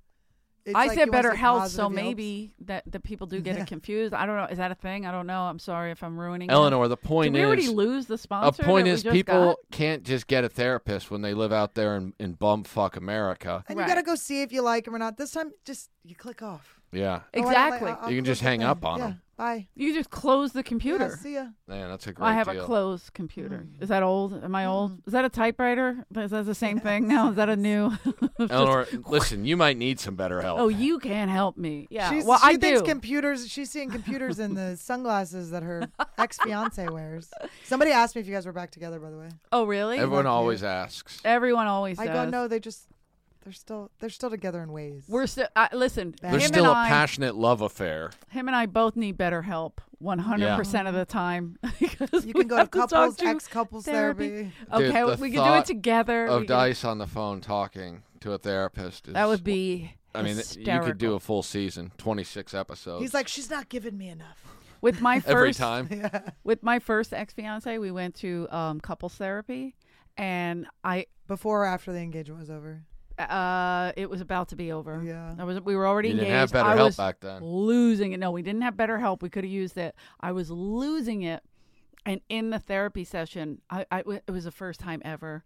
S4: it's
S2: I
S4: like
S2: said
S4: you wanna
S2: better
S4: say
S2: health, so
S4: positive Yelps.
S2: maybe that the people do get it confused. I don't know. Is that a thing? I don't know. I'm sorry if I'm ruining. it.
S3: Eleanor, the
S2: did
S3: point
S2: we already
S3: is,
S2: lose the
S3: a
S2: sponsor?
S3: point
S2: that we
S3: is
S2: just
S3: people
S2: got?
S3: can't just get a therapist when they live out there in, in bumfuck America.
S4: And
S2: Right.
S4: you gotta go see if you like them or not. This time, just you click off.
S3: Yeah.
S4: Oh, I don't like-
S2: exactly.
S4: I'll- I'll
S3: You can just
S4: click it
S3: hang
S4: then.
S3: up on
S4: Yeah,
S3: 'em.
S4: Bye.
S2: you just close the computer.
S4: Yeah, see Mm. ya.
S3: Man, that's a great
S2: I have
S3: deal.
S2: a closed computer. Is that old? Am I old? Is that a typewriter? Is that the same thing now? Is that a new? Just-
S3: Eleanor, listen, you might need some better help.
S2: oh, you can't help me. Yeah.
S4: She's,
S2: well,
S4: she
S2: I
S4: thinks
S2: do.
S4: computers. She's seeing computers in the sunglasses that her ex fiance wears. Somebody asked me if you guys were back together. By the way,
S2: oh, really?
S3: Everyone
S4: Thank you.
S3: always asks.
S2: Everyone always
S4: I
S2: does.
S4: go no. They just they're still they're still together in ways.
S2: We're still. Uh, listen.
S4: There's
S2: him
S3: There's still
S2: and
S3: a
S2: I-
S3: passionate love affair.
S2: Him and I both need better help 100% of the time. because
S4: you
S2: we
S4: can go to
S2: have talk
S4: couples
S2: to
S4: ex couples
S2: therapy.
S4: therapy.
S3: Dude,
S2: Okay,
S3: the
S2: we can do it
S3: thought
S2: together.
S3: Of
S2: We can-
S3: Dice on the phone talking to a therapist. Is,
S2: that would be.
S3: I mean, you
S2: hysterical.
S3: could do a full season, 26 episodes.
S4: He's like, she's not giving me enough.
S2: with my first
S3: every time.
S2: with my first ex fiance. We went to um, couples therapy, and I
S4: Before or after the engagement was over.
S2: uh, it was about to be over.
S4: Yeah.
S2: I was. We were already
S3: You didn't
S2: engaged.
S3: have better
S2: I
S3: help
S2: was
S3: back then.
S2: losing it. No, we didn't have better help. We could have used it. I was losing it, and in the therapy session, I, I it was the first time ever.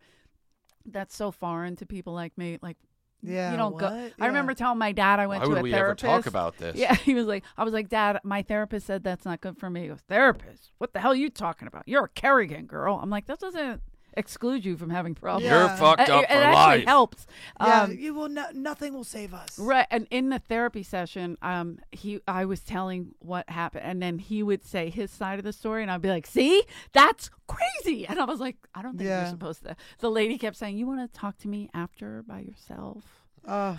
S2: That's so foreign to people like me. Like
S4: Yeah.
S2: you don't go.
S4: what?
S2: I remember telling my dad I went
S3: Why
S2: to
S3: would
S2: a
S3: we
S2: therapist.
S3: ever talk about this?
S2: Yeah, he was like, I was like, Dad, my therapist said that's not good for me. He goes, Therapist, what the hell are you talking about? You're a Kerrigan girl. I'm like, that doesn't exclude you from having problems. Uh,
S3: You're
S4: Yeah.
S3: fucked
S2: It-
S3: up
S2: it,
S3: for
S2: actually
S3: life.
S2: helps.
S4: Yeah.
S2: Um,
S4: you will. No, nothing will save us.
S2: Right, and in the therapy session, um, he I was telling what happened, and then he would say his side of the story, and I'd be like, "See, that's crazy," and I was like, "I don't think you're
S4: Yeah.
S2: supposed to." The lady kept saying, "You want to talk to me after by yourself?"
S4: Uh,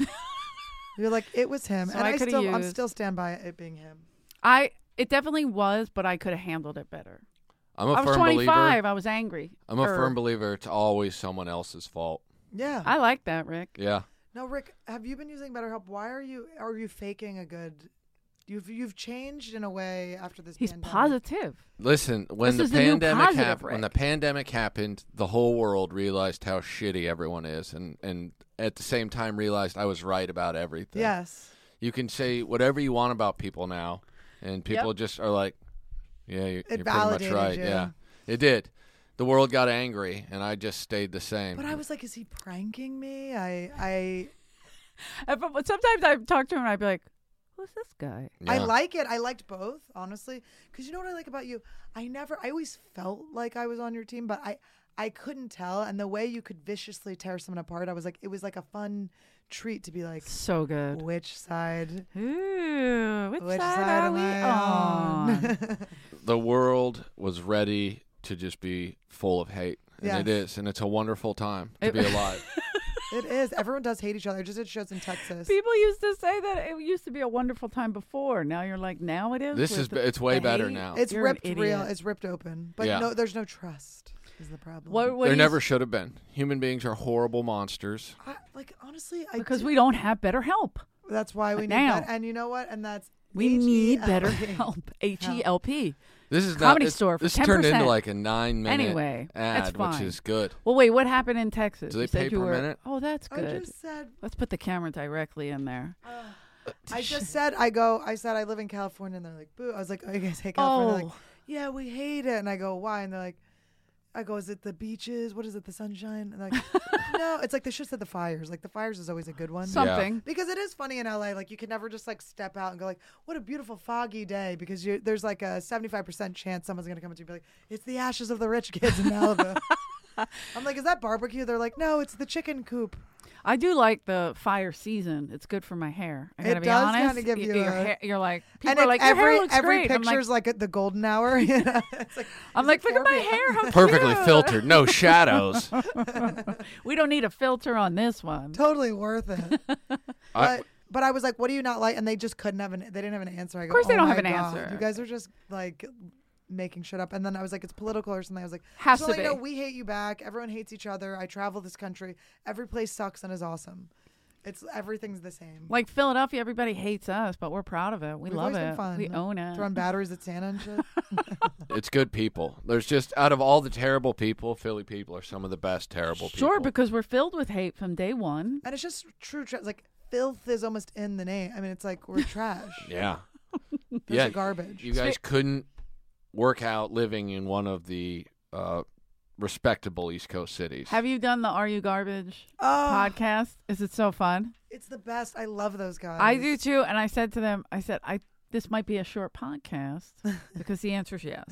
S4: You're like, it was him,
S2: So
S4: and
S2: I
S4: I,
S2: coulda
S4: still, I'm
S2: used-
S4: still stand by it being him.
S2: I it definitely was, but I could have handled it better.
S3: I'm a
S2: I was
S3: firm
S2: 25.
S3: believer.
S2: I was angry. Er,
S3: I'm a
S2: Or-
S3: firm believer. It's always someone else's fault.
S4: Yeah.
S2: I like that, Rick.
S3: Yeah.
S4: no, Rick, have you been using BetterHelp? Why are you are you faking a good? You've you've changed in a way after this.
S2: He's
S4: pandemic.
S2: positive.
S3: Listen, when
S2: This
S3: the
S2: is the new
S3: pandemic
S2: positive,
S3: happened, when the
S2: Rick.
S3: pandemic happened, the whole world realized how shitty everyone is, and and at the same time realized I was right about everything.
S4: Yes.
S3: you can say whatever you want about people now, and people just are like, "Yeah, you're,
S4: It
S3: you're pretty much
S4: validated
S3: right."
S4: you.
S3: Yeah, it did. The world got angry, and I just stayed the same.
S4: But I was like, is he pranking me? I I
S2: And but- but Sometimes I talk to him and I'd be like, "Who's this guy?"
S4: I
S3: Yeah.
S4: like it. I liked both, honestly. Because you know what I like about you? I never, I always felt like I was on your team, but I, I couldn't tell. And the way you could viciously tear someone apart, I was like, it was like a fun treat to be like,
S2: So good.
S4: which side?
S2: Ooh, which,
S4: Which
S2: side,
S4: side
S2: are
S4: am
S2: we
S4: I
S2: on?
S4: on?
S3: the world was ready to just be full of hate, and it
S4: Yes.
S3: is, and it's a wonderful time to
S2: It-
S3: be alive.
S4: it is. Everyone does hate each other. I just did shows in Texas.
S2: People used to say that it used to be a wonderful time before. Now you're like, now it is.
S3: This
S2: with
S3: is
S2: the-
S3: be- it's way
S2: the
S3: better
S2: hate?
S3: now.
S4: It's
S2: You're an
S4: ripped real.
S2: idiot.
S4: It's ripped open. But
S3: Yeah.
S4: no, there's no trust is the problem.
S2: What, what do
S3: there
S2: you
S3: never
S2: s-
S3: should have been. Human beings are horrible monsters.
S4: I, like honestly, I
S2: because
S4: do-
S2: we don't have better help.
S4: That's why we need
S2: Now.
S4: that. And you know what? And that's
S2: We need better
S4: H E L P.
S2: help. H E L P.
S3: This is not
S2: Comedy
S3: this,
S2: Store for
S3: This turned
S2: 10%.
S3: into like a nine minute
S2: Anyway, that's
S3: ad, which
S2: fine.
S3: is good.
S2: Well, wait, what happened in Texas?
S3: Do they
S2: you said
S3: pay
S2: you
S3: per
S2: were,
S3: minute?
S2: Oh, that's
S4: I
S2: good.
S4: just said
S2: Let's put the camera directly in there.
S4: I just said I go. I said I live in California, and they're like, "Boo!" I was like, "Oh, you guys hate California?" They're like,
S2: Oh.
S4: "Yeah, we hate it." And I go, "Why?" And they're like, "I go, is it the beaches? What is it, the sunshine?" And they're like, "No, it's like they should said the fires. Like the fires is always a good one."
S2: Something.
S4: because it is funny in LA, like you can never just like step out and go like, "What a beautiful foggy day," because you there's like a 75% chance someone's gonna come up to you and be like, "It's the ashes of the rich kids in Malibu." I'm like, "Is that barbecue?" They're like, "No, it's the chicken coop."
S2: I do like the fire season. It's good for my hair. I
S4: It
S2: gotta be
S4: does
S2: honest.
S4: kinda give
S2: Y-
S4: you
S2: your
S4: a-
S2: hair, you're like people are
S4: if
S2: like
S4: every
S2: your hair looks
S4: every
S2: great. I'm like,
S4: picture's like, at the golden hour. you know? It's like,
S2: I'm
S4: is
S2: like
S4: it
S2: look at my
S4: 4 p.m.?
S2: hair. How
S3: Perfectly
S2: cute."
S3: filtered, no shadows.
S2: We don't need a filter on this one.
S4: Totally worth it.
S3: I,
S4: But but I was like, what do you not like? And they just couldn't have an. They didn't have an answer. I go,
S2: course they
S4: "Oh
S2: don't have
S4: my
S2: an
S4: God,
S2: answer."
S4: You guys are just like making shit up. And then I was like, it's political or something. I was like,
S2: Has
S4: so
S2: to
S4: like, no,
S2: be.
S4: we hate you back. Everyone hates each other. I travel this country. Every place sucks and is awesome. It's everything's the same.
S2: Like Philadelphia, everybody hates us, but we're proud of it. We
S4: We've
S2: love
S4: always
S2: it.
S4: been fun.
S2: We own it.
S4: Throwing batteries at Santa and shit.
S3: it's good people. There's just out of all the terrible people, Philly people are some of the best terrible people.
S2: Sure, because we're filled with hate from day one.
S4: and it's just true. Tra- like filth is almost in the name. I mean, it's like we're trash.
S3: yeah,
S4: Those
S3: yeah,
S4: are garbage.
S3: you guys couldn't work out living in one of the uh, respectable East Coast cities.
S2: Have you done the Are You Garbage
S4: Oh,
S2: podcast? Is it so fun?
S4: it's the best. I love those guys.
S2: I do too. And I said to them, I said, I this might be a short podcast because the answer is yes.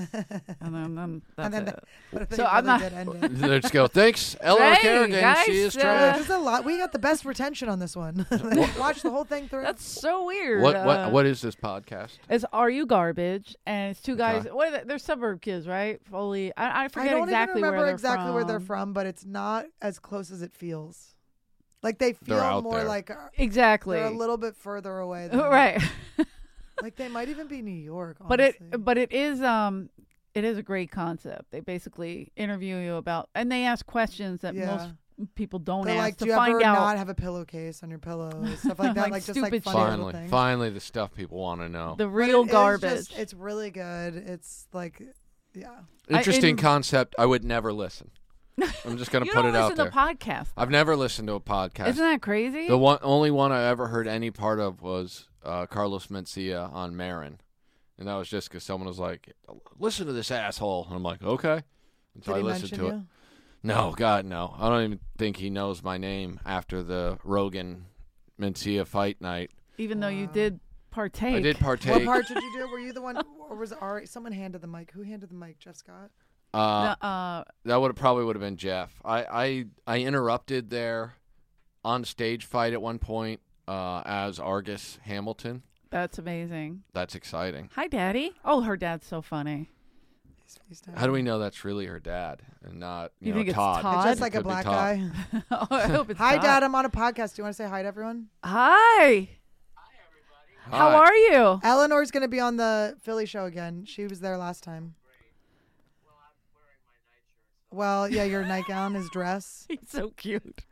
S2: And then, then that's
S4: then
S2: it.
S4: But they
S2: So I'm
S4: really
S2: not-
S4: did end it.
S3: they just go. Thanks, Eleanor
S2: Right,
S3: Kerrigan.
S2: guys,
S3: She is
S2: uh,
S3: trash.
S4: There's a lot. We got the best retention on this one. Watch the whole thing through.
S2: That's so weird.
S3: What
S2: Uh,
S3: what what is this podcast?
S2: It's Are You Garbage? And it's two guys.
S3: Okay.
S2: What are they, they're suburb kids, right? Foley. I, I
S4: I
S2: forget
S4: don't
S2: exactly
S4: even
S2: where
S4: remember
S2: they're
S4: exactly
S2: from.
S4: where they're from, but it's not as close as it feels. Like they
S3: They're
S4: feel
S3: out
S4: more
S3: there.
S4: like uh,
S2: Exactly.
S4: they're a little bit further away. Than
S2: right.
S4: Like they might even be New York.
S2: but
S4: honestly.
S2: it but it is um it is a great concept. They basically interview you about and they ask questions that
S4: Yeah.
S2: most people don't
S4: They're
S2: ask
S4: like,
S2: to
S4: do you
S2: find
S4: ever
S2: out.
S4: not have a pillowcase on your pillow? Stuff like that.
S2: Like
S4: like, just like
S2: stupid
S4: funny
S2: shit.
S4: little
S3: Finally,
S4: things.
S3: finally, the stuff people want to know.
S2: the
S4: But it
S2: real
S4: is just-
S2: garbage.
S4: it's really good. It's like, yeah.
S2: I-
S3: Interesting
S2: in-
S3: concept. I would never listen. I'm just gonna
S2: you
S3: put
S2: don't
S3: it out
S2: listen
S3: there.
S2: to podcasts.
S3: I've never listened to a podcast.
S2: Isn't that crazy?
S3: the one only one I ever heard any part of was uh, Carlos Mencia on Marin, and that was just because someone was like, "Listen to this asshole," and I'm like, "Okay." And so
S4: Did
S3: I
S4: he
S3: listened
S4: mention
S3: to it.
S4: you?
S3: No, God, no. I don't even think he knows my name after the Rogan Mencia fight night.
S2: Even though
S4: Uh.
S2: you did partake.
S3: I did
S4: What
S3: partake.
S4: part did you do? Were you the one, or was it Ari? Someone handed the mic. Who handed the mic? Jeff Scott.
S2: No,
S3: uh,
S2: uh,
S3: That would have probably would have been Jeff. I I, I interrupted their on stage fight at one point uh, as Argus Hamilton.
S2: that's amazing.
S3: That's exciting.
S2: Hi, Daddy. Oh, her dad's so funny.
S4: She's FaceTime.
S3: How do we know that's really her dad and not you,
S2: You
S3: know
S2: think it's
S3: Todd?
S2: Todd?
S4: It's
S2: Odd.
S4: just like
S3: Could
S4: a
S3: be
S4: black
S3: Todd.
S4: guy.
S2: oh, I hope it's
S4: Hi,
S2: not.
S4: Dad. I'm on a podcast. Do you want to say hi to everyone?
S2: Hi. How
S3: Hi.
S2: are you?
S4: Eleanor's going to be on the Philly show again. She was there last time. Well, yeah, your nightgown is dress.
S2: He's so cute.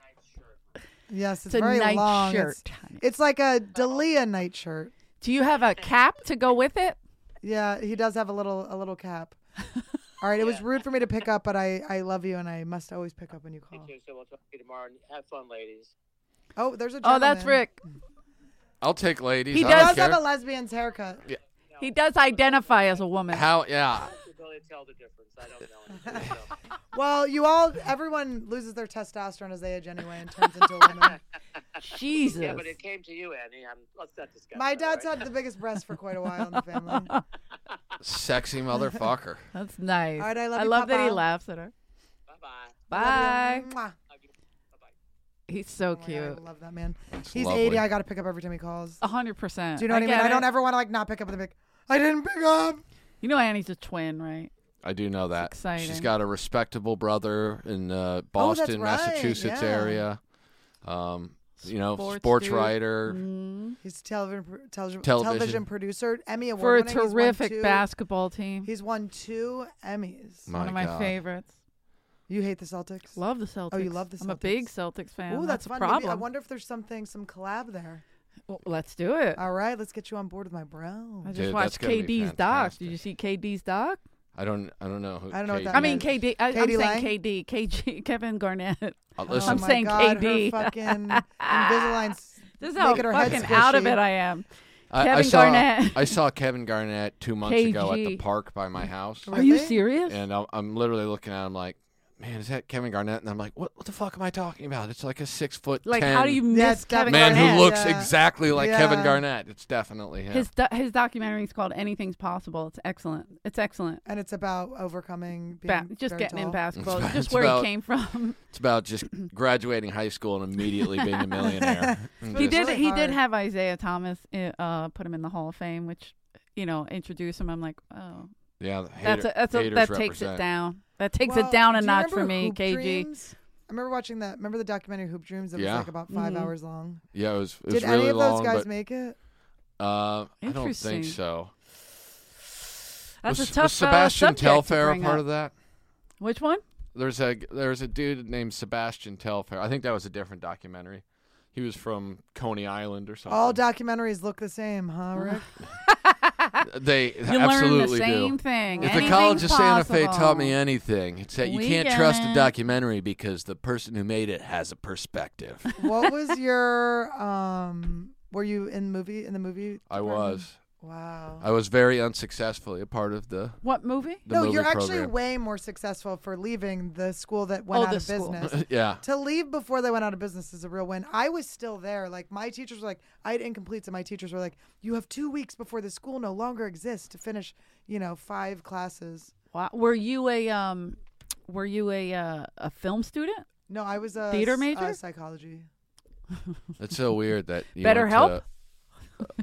S4: Yes, it's
S2: It's a
S4: very
S2: night
S4: long.
S2: shirt.
S4: It's, it's like a Dalia nightshirt.
S2: Do you have a cap to go with it? Oh,
S4: Yeah, he does have a little a little cap. All right, it was rude for me to pick up, but I I love you and I must always pick up when you call.
S5: you, so we'll talk to you tomorrow. and Have fun, ladies.
S4: Oh, there's a
S2: Oh,
S4: gentleman.
S2: that's Rick.
S3: I'll take ladies.
S2: He
S3: I
S4: He
S3: don't
S4: does have
S3: care.
S4: a lesbian's haircut.
S2: He does identify as a woman.
S3: How? Yeah.
S5: Your ability to tell the difference. I don't know. Anymore, so.
S4: Well, you all everyone loses their testosterone as they age anyway and turns into a woman.
S2: Jesus.
S5: Yeah, but it came to you, Annie. I'm, let's not discuss.
S4: My
S5: that,
S4: dad's
S5: right?
S4: had the biggest breast for quite a while in the family.
S3: Sexy motherfucker.
S2: That's nice.
S4: All right, I love you,
S2: love that he
S4: Papa.
S2: laughs at her.
S5: Bye bye.
S2: Bye.
S4: Mwah.
S2: He's so
S4: Oh my God,
S2: cute.
S4: I love that man.
S3: That's
S4: He's
S3: lovely.
S4: 80. I got to pick up every time he calls.
S2: A hundred percent.
S4: Do you know what I, mean?
S2: get
S4: I don't
S2: it.
S4: ever want to like not pick up the big. I didn't pick up.
S2: You know Annie's a twin, right?
S3: I do know that. She's
S2: exciting.
S3: got a respectable brother in uh, Boston,
S4: right,
S3: Massachusetts
S4: yeah.
S3: area. Um, you know, sports,
S2: Sports dude.
S3: writer.
S2: Mm.
S4: He's a television pro- television,
S3: Television.
S4: television producer, Emmy
S2: For a
S4: award
S2: terrific
S4: he's won two,
S2: basketball team.
S4: He's won two Emmys.
S3: My
S2: One of my
S3: God.
S2: favorites.
S4: You hate the Celtics.
S2: Love the Celtics.
S4: Oh, you love the
S2: I'm a big Celtics fan.
S4: Ooh, that's,
S2: a
S4: fun. Maybe-
S2: problem.
S4: I wonder if there's something, some collab there.
S2: Well, let's do it.
S4: All right, let's get you on board with my bro.
S2: I just
S3: Dude, that's
S2: watched
S3: gonna be
S2: KD's doc.
S3: fantastic.
S2: Did you see KD's doc?
S3: I don't. I don't know. Who
S4: I don't know what
S3: Kate
S4: that
S2: I
S3: is.
S2: mean, KD.
S4: Yes.
S2: I,
S4: KD
S2: I'm
S4: Lang?
S2: saying KD, KG, Kevin Garnett.
S3: Uh,
S4: Oh
S3: listen,
S2: I'm
S4: my
S2: saying
S4: God,
S2: KD.
S4: Her fucking Invisalign's
S2: This is how
S4: making her head
S2: fucking out of
S4: squishy.
S2: it I am.
S3: I, I
S2: Kevin
S3: saw
S2: Garnett.
S3: I saw Kevin Garnett two months ago at the
S2: KG.
S3: park by my house,
S2: Are you
S4: Really?
S2: serious?
S3: and I'm, I'm literally looking at him like, "Man, is that Kevin Garnett?" And I'm like, "What? What the fuck am I talking about?" It's like a six foot
S2: Like,
S3: ten
S2: how do you miss
S4: That's
S2: Kevin
S3: man
S2: Garnett?
S3: who looks
S4: Yeah.
S3: exactly like Kevin
S4: Yeah.
S3: Garnett. It's definitely him.
S2: His do- his documentary is called Anything's Possible. It's excellent. It's excellent.
S4: And it's about overcoming being
S2: Ba- just
S4: very
S2: getting in
S4: tall.
S2: basketball,
S3: It's about-
S2: just
S3: it's
S2: where
S3: about-
S2: he came from.
S3: It's about just graduating high school and immediately being a millionaire. And
S2: he
S3: just-
S2: did.
S4: really
S2: he did
S4: hard.
S2: have Isaiah Thomas i- uh, put him in the Hall of Fame, which you know introduce him. I'm like, oh,
S3: Yeah, the
S2: that's
S3: hater-
S2: a, that's a,
S3: haters
S2: that takes it
S3: represent.
S2: down. That takes
S4: Well,
S2: it down a
S4: do you
S2: notch for
S4: remember
S2: me,
S4: Hoop
S2: KG.
S4: Dreams? I remember watching that. Remember the documentary Hoop Dreams that
S3: Yeah.
S4: was like about 5
S2: Mhm.
S4: hours long.
S3: Yeah, it was. It was
S4: Did
S3: really
S4: any of those
S3: long,
S4: guys
S3: but,
S4: make it?
S3: uh, I don't think
S2: Interesting.
S3: so.
S2: That's
S3: was,
S2: a tough
S3: was
S2: uh,
S3: Sebastian
S2: subject to
S3: Telfair a
S2: bring
S3: part
S2: up.
S3: of that?
S2: Which one?
S3: There's a there's a dude named Sebastian Telfair. I think that was a different documentary. He was from Coney Island or something.
S2: Oh,
S4: All documentaries look the same, huh, Rick?
S3: they
S2: You learn the
S3: absolutely
S2: same
S3: do.
S2: thing.
S3: If the
S2: Anything's
S3: College of Santa Fe taught
S2: possible.
S3: me anything, it's that you
S2: We
S3: can't
S2: get
S3: trust a
S2: it.
S3: documentary because the person who made it has a perspective.
S4: what was your um were you in movie in the movie?
S3: I
S4: department?
S3: was.
S4: Wow.
S3: I was very unsuccessfully a part of the,
S2: what movie?
S3: the
S4: no,
S3: movie
S4: you're actually
S3: program.
S4: way more successful for leaving the school that went
S2: Oh,
S4: out
S2: the
S4: of
S2: school.
S4: business.
S3: yeah.
S4: to leave before they went out of business is a real win. I was still there. Like my teachers were like, I had incompletes, and my teachers were like, you have two weeks before the school no longer exists to finish, you know, five classes.
S2: Wow. Were you a um, were you a uh, a film student?
S4: No, I was a
S2: Theater
S4: s-
S2: major?
S4: uh, psychology.
S3: It's so weird that you
S2: Better
S3: went to uh,
S2: help?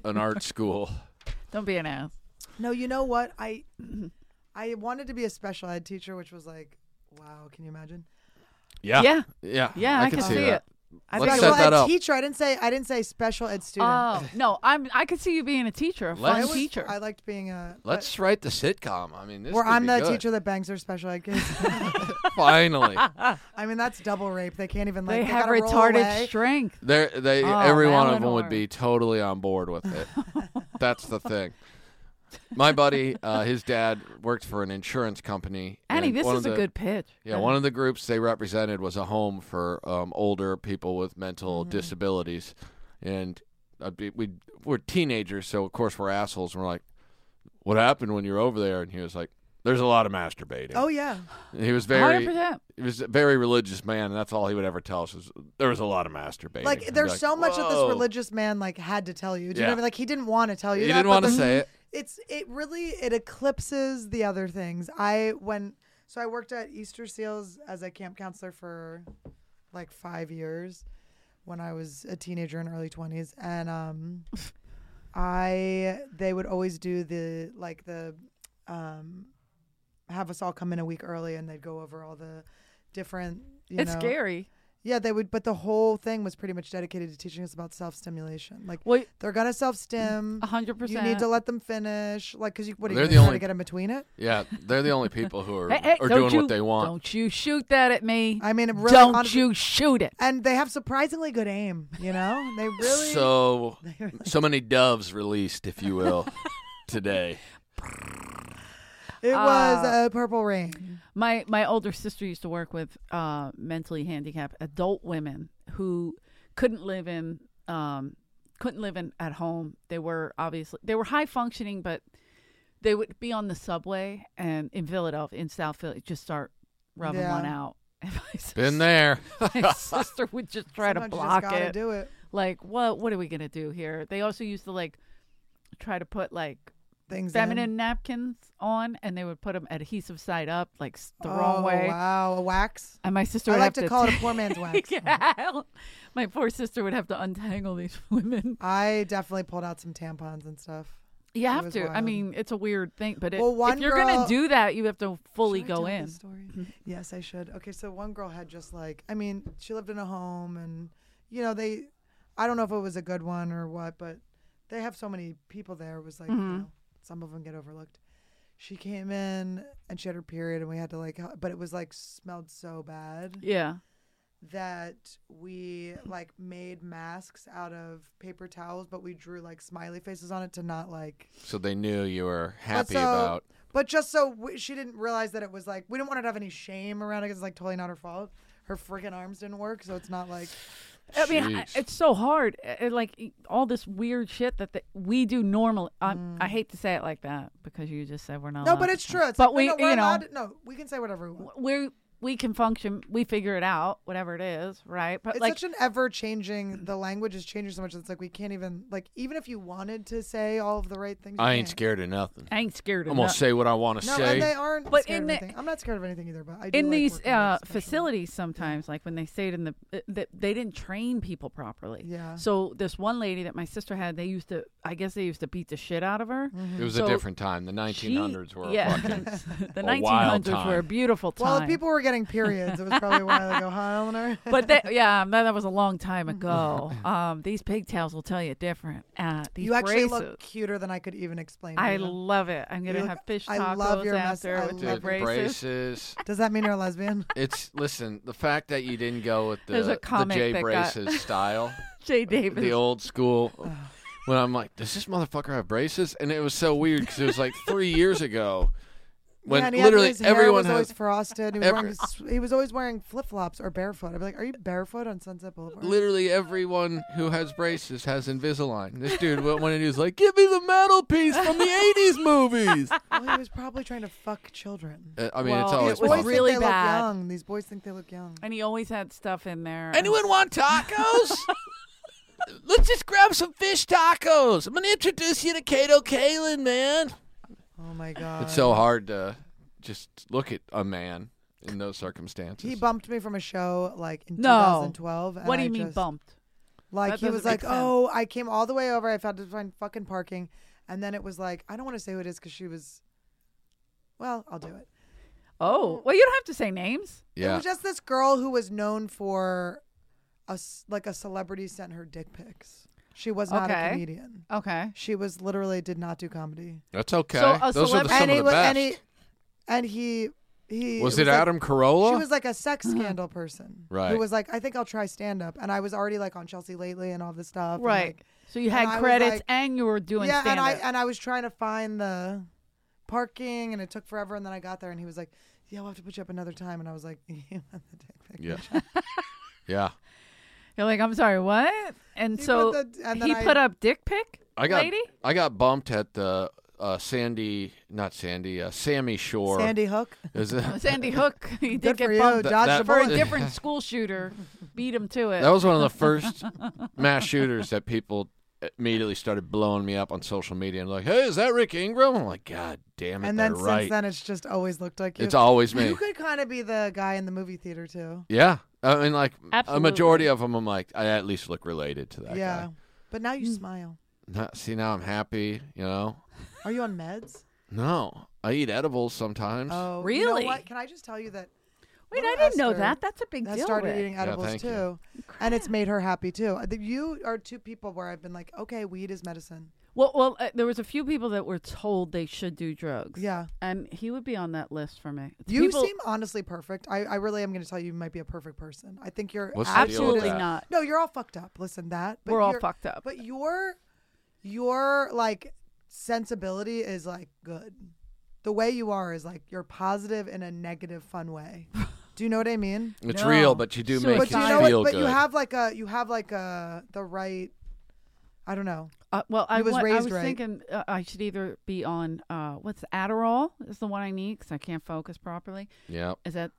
S3: an art school.
S2: Don't be an ass.
S4: No, you know what? I I wanted to be a special ed teacher, which was like, wow, can you imagine?
S3: Yeah.
S2: Yeah.
S3: Yeah.
S2: Yeah, I, can see,
S3: that.
S2: it. I think
S3: Let's
S2: I
S3: set
S4: special
S2: would.
S3: that
S4: ed
S3: up.
S4: teacher. I didn't say I didn't say special ed student.
S2: Oh no, I'm. I could see you being a teacher, a
S4: I
S2: fun
S3: Let's-
S4: was-
S2: teacher.
S4: I liked being a.
S3: Let's write the sitcom. I mean, this
S4: Where
S3: could
S4: I'm
S3: be
S4: the
S3: good.
S4: teacher that bangs her special ed kids.
S3: Finally,
S4: I mean, that's double rape. They can't even like.
S2: they have
S4: gotta roll
S2: retarded
S4: away.
S2: strength.
S3: They're, they
S2: Oh,
S3: every one of them
S2: Eleanor.
S3: would be totally on board with it. That's the thing. My buddy, uh, his dad worked for an insurance company.
S2: Annie,
S3: and
S2: this
S3: one of
S2: is a
S3: the-
S2: good pitch.
S3: Yeah, one of the groups they represented was a home for um, older people with mental
S2: Mm-hmm.
S3: disabilities, and I'd be, we we're teenagers, so of course we're assholes. And we're like, "What happened when you were over there?" And he was like, "There's a lot of masturbating."
S4: Oh yeah.
S3: And he was
S2: hundred
S3: very
S2: percent.
S3: he was a very religious man, and that's all he would ever tell us. Is, there was a lot of masturbating.
S4: like
S3: I'd be
S4: there's so much that this
S3: "Whoa."
S4: religious man like had to tell you. Do you
S3: Yeah.
S4: know what I mean? Like he didn't want to tell you.
S3: He
S4: that,
S3: didn't
S4: but
S3: want to
S4: the-
S3: say it.
S4: It's it really it eclipses the other things. I when so I worked at Easter Seals as a camp counselor for like five years when I was a teenager in early twenties, and um, I they would always do the like the um have us all come in a week early and they'd go over all the different. You
S2: it's
S4: know-
S2: scary.
S4: Yeah, they would, but the whole thing was pretty much dedicated to teaching us about self stimulation. Like,
S2: Well,
S4: they're gonna self stim.
S2: a hundred
S4: You
S2: percent.
S4: need to let them finish, like, cause you what are you
S3: They're
S4: gonna
S3: the
S4: try
S3: only-
S4: to get in between it?
S3: Yeah, they're the only people who are,
S2: Hey, hey,
S3: are
S2: don't
S3: doing
S2: you,
S3: what they want.
S2: Don't you shoot that at me.
S4: I mean, it really,
S2: don't
S4: honestly-
S2: you shoot it.
S4: And they have surprisingly good aim. You know, they really.
S3: So,
S4: they really-
S3: so many doves released, if you will, today.
S4: it
S2: uh,
S4: was a purple rain.
S2: My my older sister used to work with uh, mentally handicapped adult women who couldn't live in um, couldn't live in at home. They were obviously they were high functioning, but they would be on the subway and in Philadelphia in South Philly just start rubbing
S4: Yeah.
S2: one out. And my sis-
S3: Been there.
S2: my sister would just try
S4: Sometimes
S2: to
S4: you just
S2: block
S4: gotta
S2: it.
S4: Do it.
S2: like what what are we gonna do here? They also used to like try to put like
S4: Things in.
S2: feminine napkins on and they would put them adhesive side up like s- the wrong
S4: Oh,
S2: way
S4: Wow, a wax.
S2: and my sister
S4: I
S2: would
S4: like
S2: have
S4: to call it a
S2: ta-
S4: poor man's wax.
S2: Yeah. my poor sister would have to untangle these women
S4: I definitely pulled out some tampons and stuff.
S2: you have
S4: was
S2: to i
S4: wild.
S2: mean it's a weird thing but it,
S4: Well,
S2: if
S4: one
S2: you're
S4: girl-
S2: gonna do that you have to fully
S4: Should I
S2: go
S4: tell
S2: in Mm-hmm.
S4: this story? Yes, I should. Okay, so one girl had just like, I mean, she lived in a home, and you know they, I don't know if it was a good one or what, but they have so many people there. It was like,
S2: Mm-hmm.
S4: you know, some of them get overlooked. She came in and she had her period, and we had to like, hel- but it was like smelled so bad
S2: yeah
S4: that we like made masks out of paper towels, but we drew like smiley faces on it to not like
S3: So they knew you were happy
S4: so-
S3: about.
S4: But just so w- she didn't realize that it was like we didn't want her to have any shame around it 'cause it's like totally not her fault. Her freaking arms didn't work, so it's not like
S2: I mean, I-
S3: Jeez.
S2: it's so hard. I- I- like e- all this weird shit that the, we do normally. I, I hate to say it like that because you just said we're not.
S4: Mm. no,
S2: allowed
S4: but
S2: to
S4: it's
S2: say-
S4: true. It's
S2: but
S4: like,
S2: we,
S4: no, no, we're
S2: you know,
S4: allowed to- no, we can say whatever we want.
S2: we we can function. We figure it out, whatever it is, right? But
S4: It's
S2: like,
S4: such an ever changing. The language is changing so much. It's like we can't even like even if you wanted to say all of the right things. you
S3: I ain't
S4: can't.
S3: scared of nothing.
S2: I ain't scared of
S3: I'm gonna
S2: nothing.
S3: say what I want to
S4: No,
S3: say.
S4: and they aren't.
S2: But
S4: scared
S2: in
S4: of
S2: the-
S4: anything. I'm not scared of anything either. But I do
S2: in
S4: like
S2: these
S4: working with
S2: uh,
S4: special-
S2: facilities sometimes like when they say it in the uh, that they didn't train people properly
S4: Yeah.
S2: so this one lady that my sister had they used to i guess they used to beat the shit out of her
S4: Mm-hmm.
S3: it was
S2: So
S3: a different time. The
S2: She-
S3: 1900s were a
S2: yeah
S3: fucking.
S2: the
S3: a wild
S2: 1900s were a
S3: time.
S2: beautiful time
S4: Well, if people were getting periods, it was probably a while ago, huh, Eleanor?
S2: but that, yeah, um, that, that was a long
S4: Mm-hmm.
S2: time ago. Um, these pigtails will tell you different. Uh, these
S4: you actually
S2: braces,
S4: look cuter than I could even explain. to
S2: I
S4: you.
S2: love it. I'm gonna
S4: look-
S2: have fish
S4: I
S2: tacos
S4: love your mess-
S2: after
S4: I
S2: with
S4: love
S2: the
S3: Dude,
S4: it.
S2: braces.
S3: braces.
S4: Does that mean you're a lesbian?
S3: It's listen. The fact that you didn't go with
S2: There's a
S3: the, the
S2: comic
S3: J
S2: that got-
S3: braces style,
S2: Jay Davis.
S3: the old school. When I'm like, does this motherfucker have braces? And it was so weird because it was like three years ago, when
S4: Yeah, and he had-
S3: literally
S4: his hair
S3: everyone
S4: was always
S3: has.
S4: frosted. He was,
S3: Every-
S4: wearing, s- he was always wearing flip flops or barefoot. I'd be like, "Are you barefoot on Sunset
S2: uh.
S4: Boulevard?"
S3: Literally everyone who has braces has Invisalign. This dude, what when he was like, "Give me the metal piece from the '80s movies."
S4: well, he was probably trying to fuck children.
S3: Uh, I mean,
S2: Well,
S3: it's
S2: it
S3: always
S2: was
S4: These boys
S3: possible.
S2: really
S4: think they
S2: bad.
S4: Look young. These boys think they look young.
S2: and he always had stuff in there.
S3: Anyone want tacos? Let's just grab some fish tacos. I'm gonna introduce you to Kato Kalin, man.
S4: Oh my god!
S3: It's so hard to just look at a man in those circumstances.
S4: He bumped me from a show like in
S2: No.
S4: 2012. and
S2: What do you
S4: I
S2: mean
S4: just-
S2: bumped?
S4: Like
S2: That
S4: he was
S2: doesn't make
S4: like,
S2: sense.
S4: "Oh, I came all the way over. I had to find fucking parking." And then it was like, I don't want to say who it is because she was. Well, I'll do it.
S2: Oh, well, you don't have to say names.
S4: It
S3: yeah,
S4: was just this girl who was known for a s- like a celebrity sent her dick pics. She was not
S2: Okay.
S4: a comedian.
S2: Okay.
S4: She was literally did not do comedy.
S3: that's okay.
S2: So a
S3: those are
S2: celeb-
S3: the, some
S4: and
S3: of
S4: he
S3: the
S4: was
S3: best.
S4: and he and he he
S3: was it,
S4: like-
S3: Adam Carolla?
S4: she was like a sex
S2: Uh-huh.
S4: scandal person. Who
S3: Right.
S4: was like, I think I'll try stand up. And I was already like on Chelsea lately and all this stuff. and,
S2: Right.
S4: like-
S2: so you
S4: and I
S2: had
S4: was
S2: credits
S4: like-
S2: and you were doing
S4: yeah, and
S2: stand-up.
S4: I and I was trying to find the parking and it took forever and then I got there and he was like, Yeah, we'll have to put you up another time and I was like, You want the dick pic?
S3: yeah, yeah.
S2: You're like, I'm sorry, what? And
S4: He
S2: so
S4: put the- and then
S2: he
S4: I-
S2: put up dick pic.
S3: I got
S2: lady.
S3: I got bumped at the uh, Sandy, not Sandy, uh, Sammy Shore.
S4: Sandy Hook.
S3: Is it-
S2: Sandy Hook. He did
S4: Good
S2: get
S4: for you.
S2: bumped
S4: Dodge
S3: That-
S4: the
S3: that-
S2: for a
S4: bullet.
S3: Boy.
S2: different school shooter. Beat him to it.
S3: That was one of the first mass shooters that people immediately started blowing me up on social media and like, "Hey, is that Rick Ingram?" I'm like, "God damn it!"
S4: And then
S3: they're
S4: since
S3: right.
S4: then, it's just always looked like you.
S3: it's always me.
S4: you could kind of be the guy in the movie theater too.
S3: yeah, I mean, like a
S2: Absolutely.
S3: majority of them, I'm like, I at least look related to that
S4: yeah,
S3: guy.
S4: Mm. but now you smile.
S3: Not, see, now I'm happy. You know,
S4: Are you on meds?
S3: No, I eat edibles sometimes.
S4: Oh, You
S2: Really?
S4: know what? Can I just tell you that?
S2: Wait,
S4: little
S2: I didn't know
S4: Esther
S2: that. That's a big
S4: that
S2: deal.
S4: started
S2: Rick.
S4: eating
S3: Yeah,
S4: edibles
S3: thank you.
S4: too, and it's made her happy too. Uh, the- You are two people where I've been like, okay, weed is medicine.
S2: Well, well, uh, there was a few people that were told they should do drugs.
S4: Yeah.
S2: and he would be on that list for me. It's
S4: You
S2: people-
S4: seem honestly perfect. I, I really am going to tell you, you might be a perfect person. I think you're
S3: What's the deal with
S2: absolutely
S3: that?
S2: not.
S4: No, you're all fucked up. Listen, that
S2: We're all
S4: you're-
S2: fucked up.
S4: But your your like sensibility is like good. The way you are is like you're positive in a negative, fun way. Do you know what I mean?
S3: it's
S2: No.
S3: real, but you do make it
S4: but you
S2: Suicide.
S4: know,
S3: feel
S4: what, but
S3: good.
S4: you have like a you have like a the right. I don't know.
S2: Uh, well, I
S4: You was
S2: wa- I
S4: raised
S2: was
S4: right.
S2: thinking uh, I should either be on uh, what's Adderall is the one I need because I can't focus properly.
S3: yeah.
S2: Is that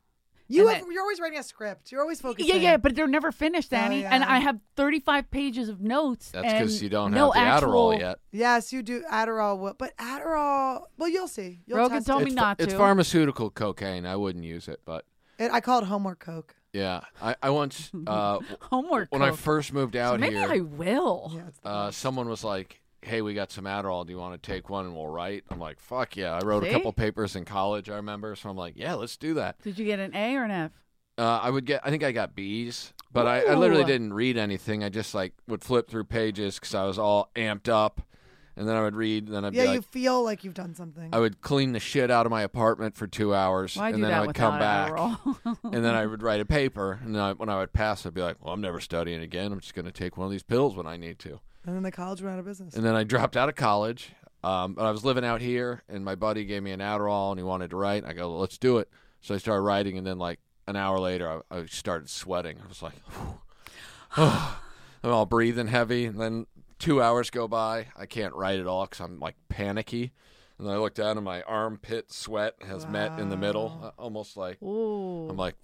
S4: You
S2: And
S4: have, you're always writing a script. You're always focused.
S2: yeah, yeah? But they're never finished,
S4: Oh,
S2: Danny. And
S4: yeah.
S2: I have thirty-five pages of notes.
S3: That's because
S2: and
S3: you don't
S2: no
S3: have the
S2: actual,
S3: Adderall yet.
S4: Yes, you do. Adderall, will, but Adderall. Well, you'll see. You'll
S2: Rogan
S4: test
S2: told
S4: it.
S2: me
S3: it's,
S2: not
S3: it's
S2: to.
S3: pharmaceutical cocaine. I wouldn't use it, but
S4: It- I call it homework coke.
S3: yeah, I, I once uh, w-
S2: Homework.
S3: when I
S2: coke.
S3: first moved out
S2: maybe
S3: here,
S2: I will.
S4: Yeah, it's the
S3: uh, someone was like, "Hey, we got some Adderall. Do you want to take one and we'll write?" I'm like, "Fuck yeah!" I wrote
S2: See?
S3: a couple papers in college. I remember, so I'm like, "Yeah, let's do that."
S2: Did you get an A or an F?
S3: Uh, I would get. I think I got B's, but I, I literally
S2: Ooh.
S3: didn't read anything. I just like would flip through pages because I was all amped up, and then I would read, and then I'd
S4: yeah,
S3: be like,
S4: you feel like you've done something.
S3: I would clean the shit out of my apartment for two hours,
S2: Why
S3: and
S2: do
S3: then
S2: that
S3: I would
S2: without
S3: come back,
S2: Adderall?
S3: and then I would write a paper, and then I, when I would pass, I'd be like, "Well, I'm never studying again. I'm just going to take one of these pills when I need to."
S4: and then the college went out of business.
S3: And then I dropped out of college. Um, but I was living out here, and my buddy gave me an Adderall, and he wanted to write. I go, "Let's do it." So I started writing, and then like an hour later, I, I started sweating. I was like, "I'm all breathing heavy." And then two hours go by. I can't write at all because I'm like panicky. And then I look down, and my armpit sweat has met in the middle,
S4: Wow.
S3: uh, almost like
S2: Ooh.
S3: I'm like,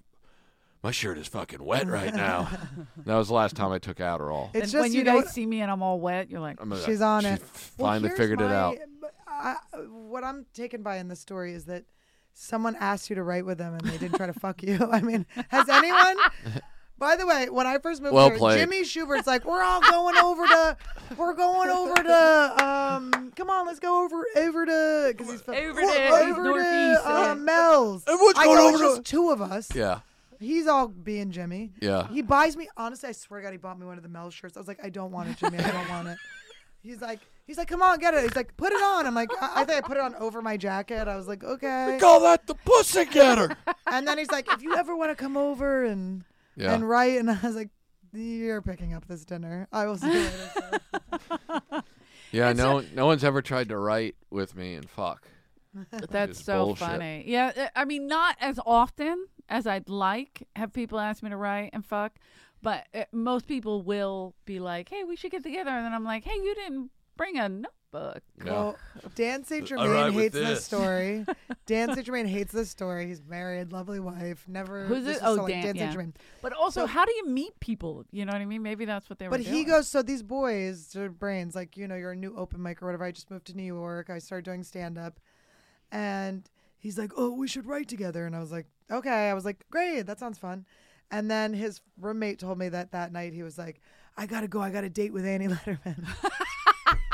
S3: "My shirt is fucking wet right now." And that was the last time I took Adderall.
S4: It's
S2: and
S4: just
S2: when you,
S4: know
S2: guys
S4: what-
S2: see me and I'm all wet, you're like,
S3: I'm like,
S4: She's on
S3: she
S4: it. Well,
S3: Finally
S4: here's
S3: figured it
S4: my-
S3: out.
S4: I, what I'm taken by in this story is that someone asked you to write with them and they didn't try to fuck you. I mean, has anyone? By the way, when I first moved
S3: Well
S4: here,
S3: played.
S4: Jimmy Schubert's like, "We're all going over to, we're going over to, um, come on, let's go over over to, because he's
S2: Over
S4: "We're
S2: to- he's
S4: over
S2: northeast,
S4: to uh,
S2: yeah.
S4: Mel's.
S3: Everyone's
S4: I
S3: going
S4: go, it's
S3: over to-
S4: just two of us.
S3: Yeah.
S4: He's all being Jimmy.
S3: Yeah.
S4: He buys me. Honestly, I swear to God, he bought me one of the Mel shirts. I was like, I don't want it, Jimmy. I don't want it. He's like, he's like, come on, get it. He's like, put it on. I'm like, I, I think I put it on over my jacket. I was like, okay.
S3: Call that the pussycatter.
S4: And then he's like, if you ever want to come over and
S3: Yeah.
S4: and write, and I was like, you're picking up this dinner. I will see you later. sir."
S3: yeah. No. no one's ever tried to write with me and fuck.
S2: that's
S3: is
S2: so
S3: bullshit.
S2: funny. Yeah, uh, I mean, not as often as I'd like have people ask me to write and fuck, but uh most people will be like, hey, we should get together. And then I'm like, hey, you didn't bring a notebook.
S3: Yeah.
S4: Well, Dan St.
S3: All right
S4: Germain
S3: with
S4: hates this.
S3: this.
S4: story. Dan St. Germain hates this story. He's married, lovely wife. Never.
S2: Who's
S4: this
S2: it?
S4: is
S2: Oh,
S4: so, like,
S2: Dan-
S4: Dan
S2: yeah.
S4: St. Germain.
S2: But also,
S4: So-
S2: how do you meet people? You know what I mean? Maybe that's what they were
S4: But he
S2: doing.
S4: goes, so these boys, their brains, like, you know, you're a new open mic or whatever. I just moved to New York. I started doing stand up. And he's like, oh, we should write together. And I was like, okay. I was like, great. That sounds fun. And then his roommate told me that that night he was like, I got to go. I got a date with Annie Letterman.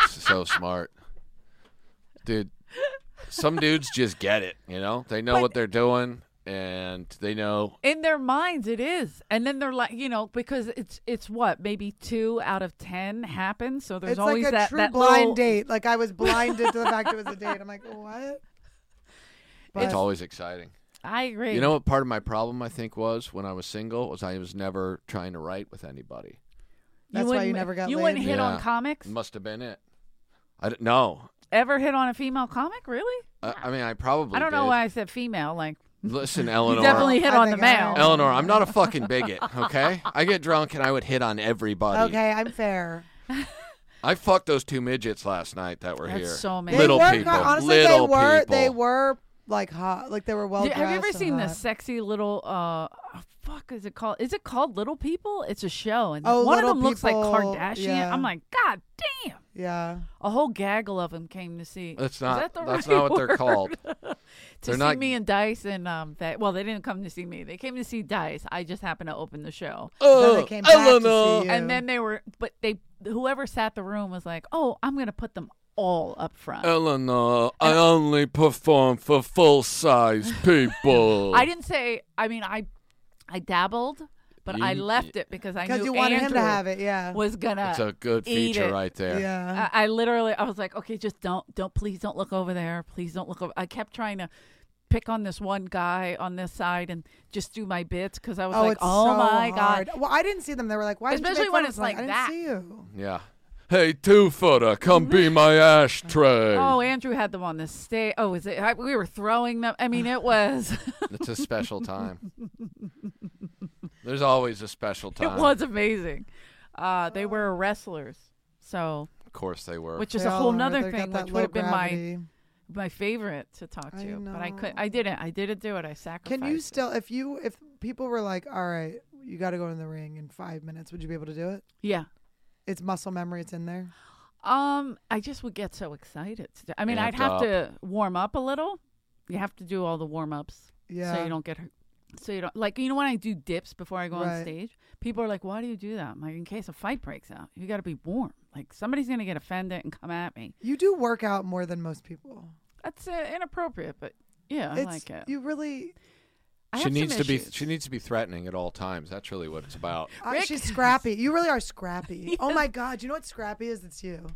S3: so smart, dude. Some dudes just get it. You know, they know what they're doing, and they know.
S2: in their minds it is and then they're like you know because it's it's what maybe two out of ten happen so there's
S4: it's
S2: always
S4: like a
S2: that
S4: true
S2: that
S4: blind
S2: little-
S4: date. Like, I was blinded to the fact it was a date. I'm like, what? But
S3: it's always exciting.
S2: i agree
S3: You know what part of my problem I think was when I was single was I was never trying to write with anybody.
S4: That's why
S2: wouldn't-
S4: you never got
S2: you
S4: laid.
S2: wouldn't hit
S3: Yeah.
S2: on comics
S3: Must have been it. I don't know.
S2: ever hit on a female comic really
S3: I, I mean, I probably.
S2: i don't know
S3: did.
S2: why i said female like
S3: Listen, Eleanor.
S2: definitely hit
S4: I
S2: on the
S4: think I-
S2: male
S3: Eleanor, I'm not a fucking bigot, okay? I get drunk and I would hit on everybody.
S4: okay, I'm fair.
S3: I fucked those two midgets last night that were
S2: That's
S3: here.
S2: so amazing.
S3: Little
S4: they were,
S3: people.
S4: Honestly,
S3: little
S4: they were.
S3: people.
S4: They were like hot. Like they were well.
S2: Dude, have you ever
S4: dressed and
S2: seen the
S4: hot.
S2: sexy little uh oh, fuck is it called is it called little people it's a show and
S4: Oh,
S2: one of
S4: Little
S2: them looks like
S4: People,
S2: kardashian
S4: yeah.
S2: i'm like god damn
S4: Yeah.
S2: a whole gaggle of them came to see
S3: That's
S2: Is
S3: not.
S2: that the
S3: that's
S2: right
S3: not what they're
S2: word?
S3: called.
S2: to
S3: They're
S2: see
S3: not-
S2: me and Dice and um that well they didn't come to see me they came to see Dice I just happened to open the show
S4: Then
S3: Oh,
S4: they came back to see you.
S2: and then they were but they whoever sat the room was like oh I'm gonna put them all up front.
S3: Eleanor, I only perform for full size people.
S2: I didn't say. I mean, I I dabbled, but I
S3: You-
S2: left it because I
S4: because
S2: knew
S4: you wanted him to
S2: Andrew
S4: have it. Uh-huh. Yeah.
S2: was gonna.
S3: It's a good
S2: eat
S3: feature
S2: it.
S3: right there.
S4: Yeah.
S2: I, I literally, I was like, okay, just don't, don't, please don't look over there. Please don't look over. I kept trying to pick on this one guy on this side and just do my bits because I was
S4: oh,
S2: like,
S4: it's
S2: oh
S4: so
S2: my
S4: hard.
S2: god.
S4: Well, I didn't see them. They were like, why? didn't you
S2: Especially
S4: make
S2: when
S4: fun of
S2: it's
S4: us?
S2: like
S4: I
S2: that.
S4: didn't see you.
S3: Yeah. Hey, two footer, come be my ashtray.
S2: Oh, Andrew had them on the stage. Oh, was it? I, we were throwing them. I mean, it was,
S3: It's a special time. There's always a special
S2: it
S3: time.
S2: was amazing. Uh, they were wrestlers, so
S3: Of course they were.
S2: which is
S4: They
S2: a
S4: all
S2: whole
S4: are.
S2: nother
S4: They've got
S2: thing,
S4: that
S2: which
S4: low
S2: would have been my
S4: gravity.
S2: my favorite to talk
S4: I
S2: to, but I could,
S4: know.
S2: I didn't, I didn't do it. I sacrificed.
S4: Can you
S2: it.
S4: still, if you, if people were like, all right, you got to go in the ring in five minutes, would you be able to do it?
S2: Yeah.
S4: It's muscle memory. It's in there.
S2: Um, I just would get so excited. to do- I mean, I'd
S3: Amped
S2: have
S3: up.
S2: to warm up a little. You have to do all the warm ups
S4: Yeah.
S2: so you don't get hurt. So you don't like you know when I do dips before I go
S4: Right.
S2: on stage, people are like, "Why do you do that?" I'm like, "In case a fight breaks out, you got to be warm. Like somebody's gonna get offended and come at me.
S4: You do work out more than most people.
S2: That's uh, inappropriate, but yeah, I
S4: it's,
S2: like it.
S4: You really.
S2: I have
S3: she
S2: some
S3: needs to be
S2: issues.
S3: she needs to be threatening at all times. That's really what it's about.
S4: I,
S2: Rick-
S4: uh, she's scrappy. You really are scrappy. Oh my God. You know what scrappy is? It's you.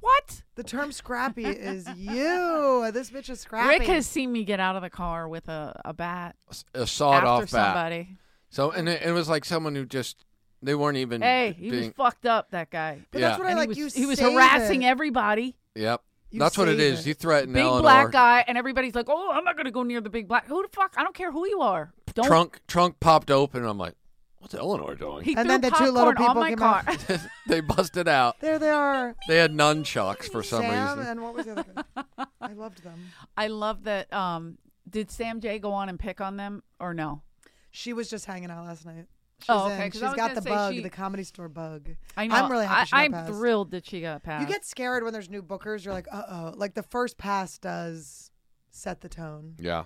S2: what?
S4: The term scrappy is you. This bitch is scrappy.
S2: Rick has seen me get out of the car with a, a bat
S3: S- A sawed
S2: after
S3: off bat.
S2: somebody.
S3: So and it, it was like someone who just they weren't even
S2: Hey, he was
S3: being
S2: fucked up. That guy.
S4: But
S3: yeah.
S4: that's what I
S2: And
S4: like.
S2: he was,
S4: you
S2: he was
S4: save
S2: harassing
S4: it.
S2: everybody.
S3: Yep.
S4: You
S3: That's what it
S4: save
S3: is.
S4: it.
S3: You threaten
S2: big
S3: Eleanor.
S2: black guy, and everybody's like, "Oh, I'm not gonna go near the big black." Who the fuck? I don't care who you are. Don't.
S3: Trunk trunk popped open and I'm like, What's Eleanor doing?
S2: He
S4: And
S2: threw
S4: then the two little
S2: popcorn
S4: people
S2: on my
S4: came
S2: car.
S4: out.
S3: they busted out.
S4: There they are.
S3: They had nunchucks for some
S4: Sam
S3: reason.
S4: and what was the other guy? I loved them.
S2: I love that. Um, did Sam J go on and pick on them or no?
S4: She was just hanging out last night. She's
S2: Oh, okay,
S4: in.
S2: 'cause
S4: She's
S2: I was
S4: got
S2: gonna
S4: the
S2: say
S4: bug,
S2: she-
S4: the comedy store bug.
S2: I know.
S4: I'm really happy she got
S2: I, am
S4: passed.
S2: thrilled that she got
S4: You
S2: passed.
S4: get scared when there's new bookers. You're like, uh oh. Like the first pass does set the tone,
S3: Yeah.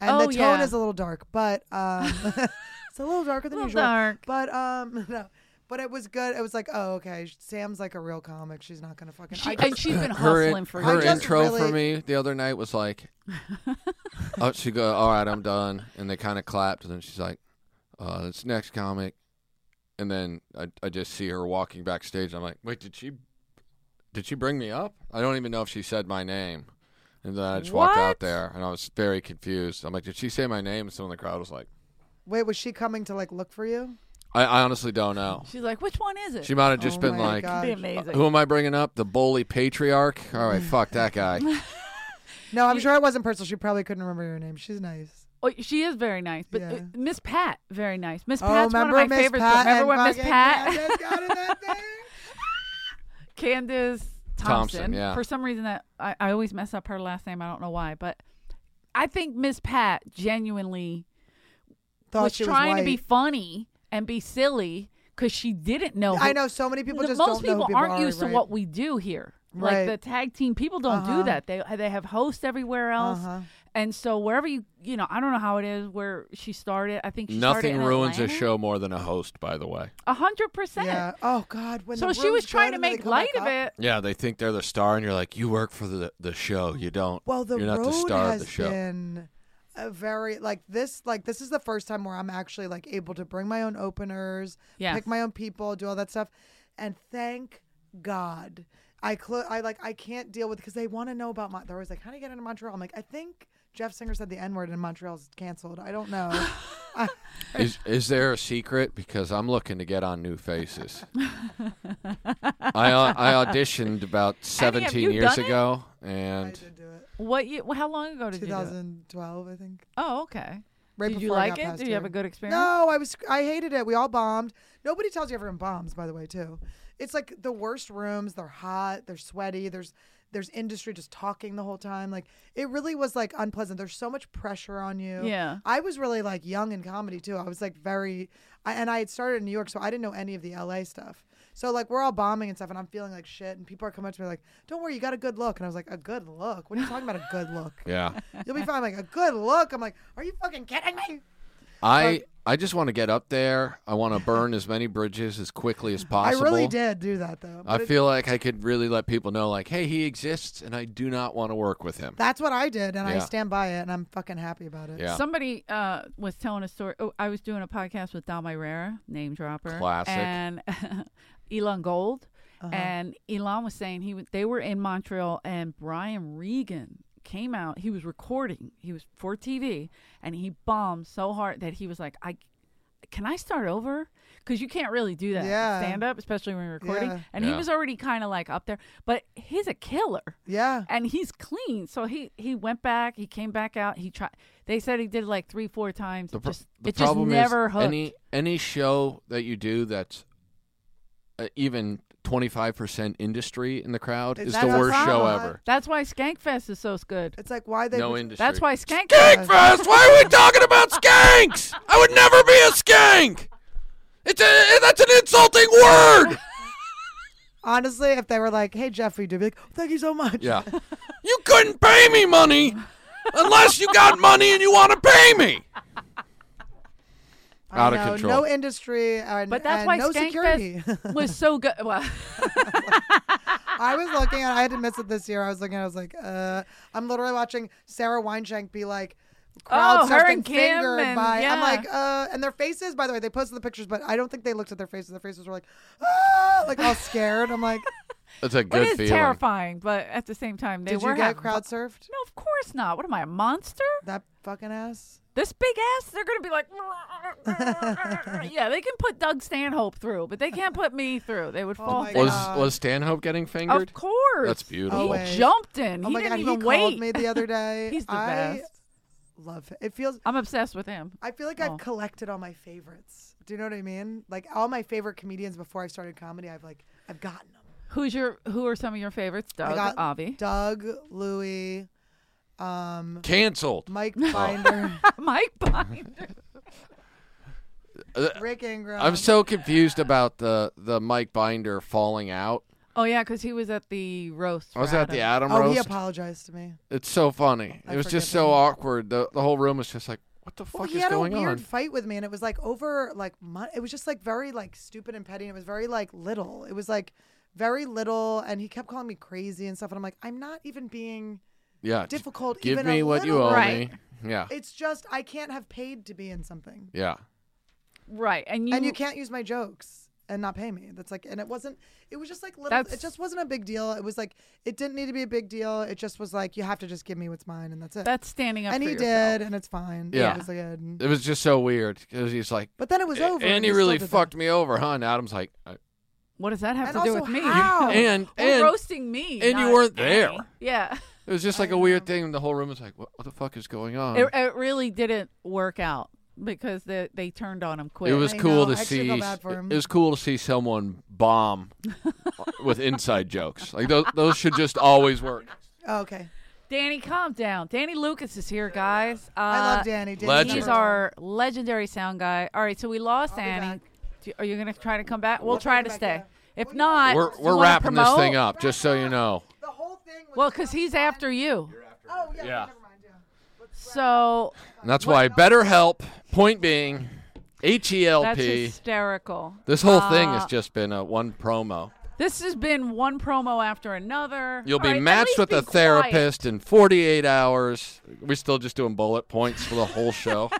S4: and
S2: Oh,
S4: the tone
S2: yeah.
S4: is a little dark, but um, it's a little darker
S2: a
S4: than
S2: little
S4: usual.
S2: dark.
S4: But um, no. But it was good. It was like, oh, okay. Sam's like a real comic. She's not gonna fucking.
S2: She,
S4: I
S2: and she's been
S3: her in-
S2: hustling for
S3: her
S2: years.
S4: I just
S3: intro for
S4: really-
S3: me the other night was like oh she go all right i'm done and they kind of clapped and then she's like uh this next comic and then I, I just see her walking backstage i'm like wait did she did she bring me up i don't even know if she said my name and then i just walked
S2: What?
S3: out there and i was very confused i'm like did she say my name and someone in the crowd was like
S4: wait, was she coming to like look for you?
S3: i, I honestly don't know
S2: She's like, "Which one is it?" Oh,
S3: she might have just
S4: Oh
S3: been
S4: my
S3: like
S4: God.
S2: It'd be amazing.
S3: who am i bringing up the bully patriarch all right fuck that guy
S4: No, I'm sure it wasn't personal. She probably couldn't remember your name. She's nice.
S2: Oh, she is very nice, but uh,
S4: Yeah.
S2: Miss Pat, very nice. Miss
S4: Oh,
S2: Pat's one of my
S4: remember Miss
S2: favorites.
S4: Pat
S2: remember
S4: and
S2: when Miss
S4: fucking
S2: Pat,
S4: Candace got in that thing?
S2: Candace
S3: Thompson,
S2: Thompson.
S3: yeah.
S2: For some reason that I, I always mess up her last name. I don't know why, but I think Miss Pat genuinely
S4: Thought
S2: was
S4: she
S2: trying
S4: was
S2: to be
S4: white.
S2: funny and be silly because she didn't know.
S4: I
S2: who-
S4: know so many people
S2: The
S4: just
S2: most
S4: don't know who
S2: people
S4: people
S2: aren't
S4: are,
S2: used
S4: right?
S2: to what we do here.
S4: Right.
S2: Like the tag team, people don't
S4: Uh-huh.
S2: do that. They they have hosts everywhere else,
S4: Uh-huh.
S2: and so wherever you you know, I don't know how it is where she started. I think she started
S3: Nothing
S2: in
S3: ruins a
S2: Atlanta.
S3: show more than a host, by the way.
S2: A hundred
S4: Yeah.
S2: percent.
S4: Oh God. When
S2: So
S4: the
S2: she was
S4: room's
S2: trying
S4: done
S2: to
S4: and then they
S2: make
S4: come back
S2: light of
S4: up.
S2: it.
S3: Yeah, they think they're the star, and you're like, you work for the the show. You don't.
S4: Well, the
S3: you're not
S4: road
S3: the star
S4: has
S3: of the show.
S4: been a very like this. Like this is the first time where I'm actually like able to bring my own openers,
S2: Yes.
S4: pick my own people, do all that stuff, and thank God. I cl- I like I can't deal with because they want to know about my. They're always like, "How do you get into Montreal?" I'm like, I think Jeff Singer said the N word and Montreal's canceled. I don't know. I,
S3: Is is there a secret? Because I'm looking to get on new faces. I au- I auditioned about
S2: Abby, have
S3: 17
S2: you
S3: years
S2: done it?
S3: ago,
S4: I
S3: and
S4: did do it.
S2: What? You, how long ago did you do it?
S4: 2012, I think.
S2: Oh, okay.
S4: Right
S2: did you
S4: before I
S2: like
S4: got
S2: it?
S4: past
S2: Did you have
S4: here.
S2: a good experience?
S4: No, I was I hated it. We all bombed. Nobody tells you everyone bombs, by the way, too. It's like the worst rooms. They're hot. They're sweaty. There's there's industry just talking the whole time. Like it really was like unpleasant. There's so much pressure on you.
S2: Yeah.
S4: I was really like young in comedy too. I was like very, I, and I had started in New York, so I didn't know any of the LA stuff. So like we're all bombing and stuff, and I'm feeling like shit. And people are coming up to me like, "Don't worry, you got a good look." And I was like, "A good look? What are you talking about? A good look?
S3: yeah,
S4: You'll be fine." I'm like a good look. I'm like, "Are you fucking kidding me?"
S3: I I just want to get up there. I want to burn as many bridges as quickly as possible.
S4: I really did do that though.
S3: I
S4: but it-
S3: feel like I could really let people know, like, hey, he exists, and I do not want to work with him.
S4: that's what I did, and I
S3: Yeah.
S4: stand by it, and I'm fucking happy about it.
S3: Yeah.
S2: Somebody uh, was telling a story. Oh, I was doing a podcast with Dom Irera, name dropper,
S3: Classic.
S2: and Elon Gold, and Elon was saying he was, they were in Montreal, and Brian Regan came out. He was recording. He was for TV, and he bombed so hard that he was like, "I can I start over?" Because you can't really do that
S4: Yeah.
S2: stand up, especially when you're recording.
S4: Yeah.
S2: And he
S3: Yeah.
S2: was already kind of like up there, but he's a killer
S4: Yeah.
S2: and he's clean. So he he went back. He came back out. He tried. They said he did like three, four times.
S3: The,
S2: it
S3: pro-
S2: just,
S3: the
S2: it just
S3: problem
S2: never
S3: is
S2: hooked.
S3: any any show that you do that's uh, even twenty five percent industry in the crowd
S4: It's-
S3: is
S4: that's
S3: the
S4: a
S3: worst show
S4: problem.
S3: ever.
S2: That's why Skankfest is so good.
S4: It's like why they
S3: No
S4: would-
S3: industry.
S2: That's why Uh, Skank.
S3: Skank fest. Why are we talking about skanks? I would never be a skank. It's a eh, that's an insulting word.
S4: honestly, if they were like, "Hey Jeffrey," do be like, oh, "Thank you so much."
S3: Yeah. You couldn't pay me money unless you got money and you want to pay me.
S4: I
S3: Out of
S4: know,
S3: control.
S4: No industry, and,
S2: But that's
S4: and
S2: why
S4: no security.
S2: Skankfest was so good. Well,
S4: I was looking at. I had to miss it this year. I was looking. I was like, uh, I'm literally watching Sarah Weinshank be like. Crowd
S2: Oh, her
S4: surfing
S2: and Kim
S4: fingered
S2: and-
S4: by I'm
S2: yeah.
S4: like, uh, and their faces. By the way, they posted the pictures, but I don't think they looked at their faces. Their faces were like, ah, like all scared. I'm like,
S3: That's a
S2: it
S3: good
S2: is
S3: feeling.
S2: terrifying, but at the same time, they
S4: did
S2: were
S4: you get
S2: having-
S4: crowd surfed?
S2: No, of course not. What am I, a monster?
S4: That fucking ass.
S2: This big ass? They're gonna be like, yeah, they can put Doug Stanhope through, but they can't put me through. They would fall.
S4: Oh my
S2: down.
S3: Was
S4: God.
S3: was Stanhope getting fingered?
S2: Uh, Of course.
S3: That's beautiful.
S2: He
S4: Always.
S2: jumped in.
S4: Oh
S2: he
S4: my
S2: didn't
S4: god,
S2: even
S4: he
S2: wait.
S4: called me the other day.
S2: He's the
S4: I
S2: best.
S4: love it. It feels.
S2: I'm obsessed with him.
S4: I feel like
S2: Oh.
S4: I've collected all my favorites. Do you know what I mean? Like all my favorite comedians before I started comedy, I've like I've gotten them.
S2: Who's your? Who are some of your favorites?
S4: I
S2: Doug,
S4: got
S2: Avi,
S4: Doug, Louis, um,
S3: Cancelled.
S4: Mike Binder,
S3: Oh.
S2: Mike Binder.
S4: Rick Ingram.
S3: I'm so confused about the the Mike Binder falling out.
S2: oh yeah, because he was at the roast.
S3: I was
S2: for
S3: at the Adam
S4: oh, he
S3: roast.
S4: apologized to me.
S3: It's so funny.
S4: I
S3: it was just
S4: forgive
S3: so
S4: him.
S3: awkward. The the whole room was just like, what the fuck
S4: Well, he
S3: is
S4: had a
S3: going
S4: weird
S3: on?
S4: fight with me, and it was like over like mon- it was just like very like stupid and petty. And it was very like little. It was like very little, and he kept calling me crazy and stuff. And I'm like, I'm not even being
S3: yeah. just
S4: difficult.
S3: Give
S4: even
S3: me
S4: a
S3: what you
S4: little.
S3: owe
S2: Right.
S3: me. Yeah.
S4: It's just I can't have paid to be in something,
S3: Yeah.
S2: Right, and you.
S4: and you can't use my jokes and not pay me. That's like, and it wasn't. It was just like little.
S2: That's-
S4: It just wasn't a big deal. It was like it didn't need to be a big deal. It just was like you have to just give me what's mine, and that's it.
S2: That's standing up
S4: and
S2: for
S4: he
S2: yourself.
S4: did, and it's fine.
S3: Yeah.
S4: it was good.
S3: It was just so weird because he's like,
S4: But then it was over,
S3: and he
S4: still
S3: really
S4: did that.
S3: fucked me over, huh? And Adam's like, "Uh, I-
S2: What does that have
S4: And
S2: to do
S4: also
S2: with me?
S4: how?
S3: and
S2: Or
S3: and
S2: roasting me.
S3: and you
S2: not
S3: weren't
S2: Annie.
S3: there.
S2: Yeah,
S3: it was just like a weird thing. And the whole room was like, what, what the fuck is going on?
S2: it, it really didn't work out because they they turned on him quick.
S3: It was
S4: I
S3: cool
S4: know.
S3: to
S4: I actually
S3: see.
S4: feel bad for him.
S3: It was cool to see someone bomb with inside jokes. Like those, those should just always work.
S4: Oh, okay,
S2: Danny, calm down. Danny Lucas is here, guys. Uh,
S4: I love Danny. Danny
S3: Legend.
S2: He's our legendary sound guy. All right, so we lost
S4: be
S2: Annie.
S4: back.
S2: Do- Are you going to try to come back? We'll
S4: I'll
S2: try
S4: try
S2: to
S4: to come
S2: stay.
S4: back,
S2: If not,
S3: We're
S2: do you
S3: we're
S2: wanna
S3: wrapping this
S2: promote?
S3: thing up, just so you know.
S4: The whole thing. Was
S2: Well, because he's after you.
S4: Oh yeah.
S3: Yeah.
S4: Never mind. Yeah.
S2: So
S3: And that's why better help. Point being, H E L
S2: that's
S3: P.
S2: hysterical.
S3: This whole thing has just been a one promo.
S2: This has been one promo after another.
S3: You'll
S2: All
S3: be
S2: right, at
S3: matched
S2: least
S3: with
S2: be
S3: a therapist in 48 hours. We're still just doing bullet points for the whole show.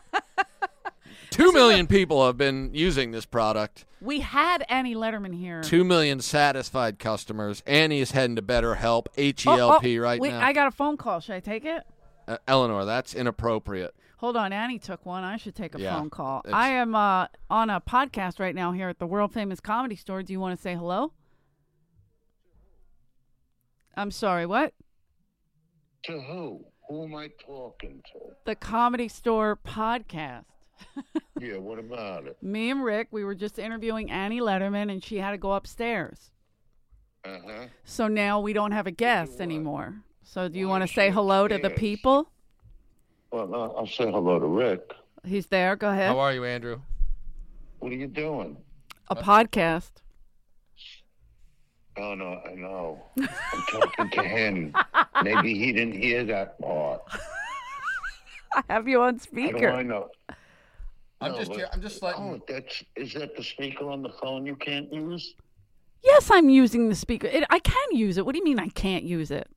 S3: Two million people have been using this product.
S2: quiet. We had Annie Letterman here.
S3: Two million satisfied customers. Annie is heading to BetterHelp, H E L P,
S2: Oh, oh,
S3: right
S2: wait,
S3: now.
S2: I got a phone call. Should I take it?
S3: Uh, Eleanor, that's inappropriate.
S2: Hold on, Annie took one. I should take a
S3: Yeah,
S2: phone call.
S3: it's-
S2: I am uh, on a podcast right now here at the world famous comedy store. Do you want to say hello? I'm sorry, what?
S6: To who? Who am I talking to?
S2: The comedy store podcast.
S6: Yeah, what about it?
S2: Me and Rick, we were just interviewing Annie Letterman and she had to go upstairs.
S6: Uh huh.
S2: So now we don't have a guest anymore. So do you want to say
S6: she
S2: hello to the
S6: upstairs?
S2: people?
S6: Well, I'll, I'll say hello to Rick.
S2: He's there. Go ahead.
S3: How are you, Andrew?
S6: What are you doing?
S2: a podcast.
S6: Oh no, I know. I'm talking to him. Maybe he didn't hear that part.
S2: I have you on
S6: How do I
S2: speaker.
S6: know?
S3: I'm
S6: No,
S3: just
S6: but-
S3: here. I'm just letting.
S6: Oh, that's is that the speaker on the phone you can't use?
S2: Yes, I'm using the speaker. It, I can use it. What do you mean I can't use it?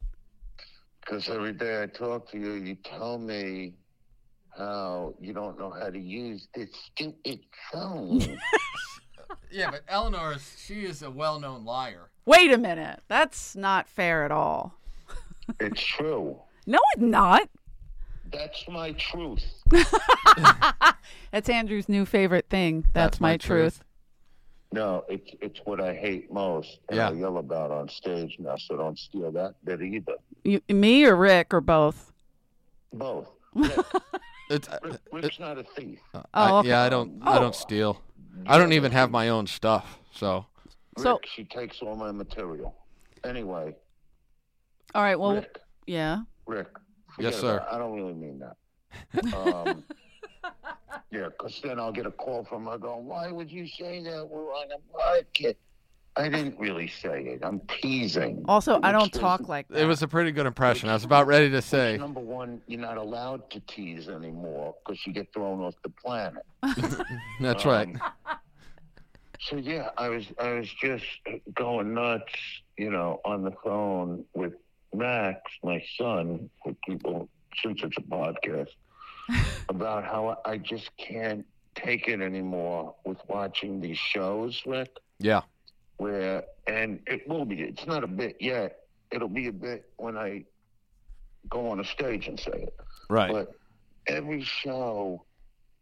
S6: Because every day I talk to you, you tell me how you don't know how to use this stupid phone.
S3: Yeah, but Eleanor is. She is a well-known liar.
S2: Wait a minute. That's not fair at all.
S6: it's true.
S2: No, it's not.
S6: That's my truth.
S2: That's Andrew's new favorite thing. That's, my, truth.
S6: No, it's it's what I hate most. And
S3: Yeah.
S6: I yell about on stage now, so don't steal that bit either.
S2: You, me or Rick or both?
S6: Both. Rick,
S3: It's, uh,
S6: Rick, Rick's not a thief.
S2: Oh,
S3: I-
S2: okay.
S3: yeah. I don't. I don't steal. I don't even have my own stuff. So
S2: So,
S6: Rick, she takes all my material. Anyway,
S2: all right. Well,
S6: Rick,
S2: yeah.
S6: Rick.
S3: Yes,
S6: forget
S3: sir.
S6: about it. I don't really mean that. Um, yeah, because then I'll get a call from her going, "Why would you say that? We're on a market." I didn't really say it. I'm teasing.
S2: Also, I
S6: Which
S2: don't
S6: is
S2: talk like that.
S3: it was a pretty good impression. I was about ready to say.
S6: Number one, you're not allowed to tease anymore because you get thrown off the planet.
S3: That's right.
S6: So yeah, I was I was just going nuts, you know, on the phone with Max, my son, with people since it's a podcast, about how I just can't take it anymore with watching these shows, Rick.
S3: Yeah.
S6: Where and it will be. It's not a bit yet. It'll be a bit when I go on a stage and say it.
S3: Right.
S6: But every show,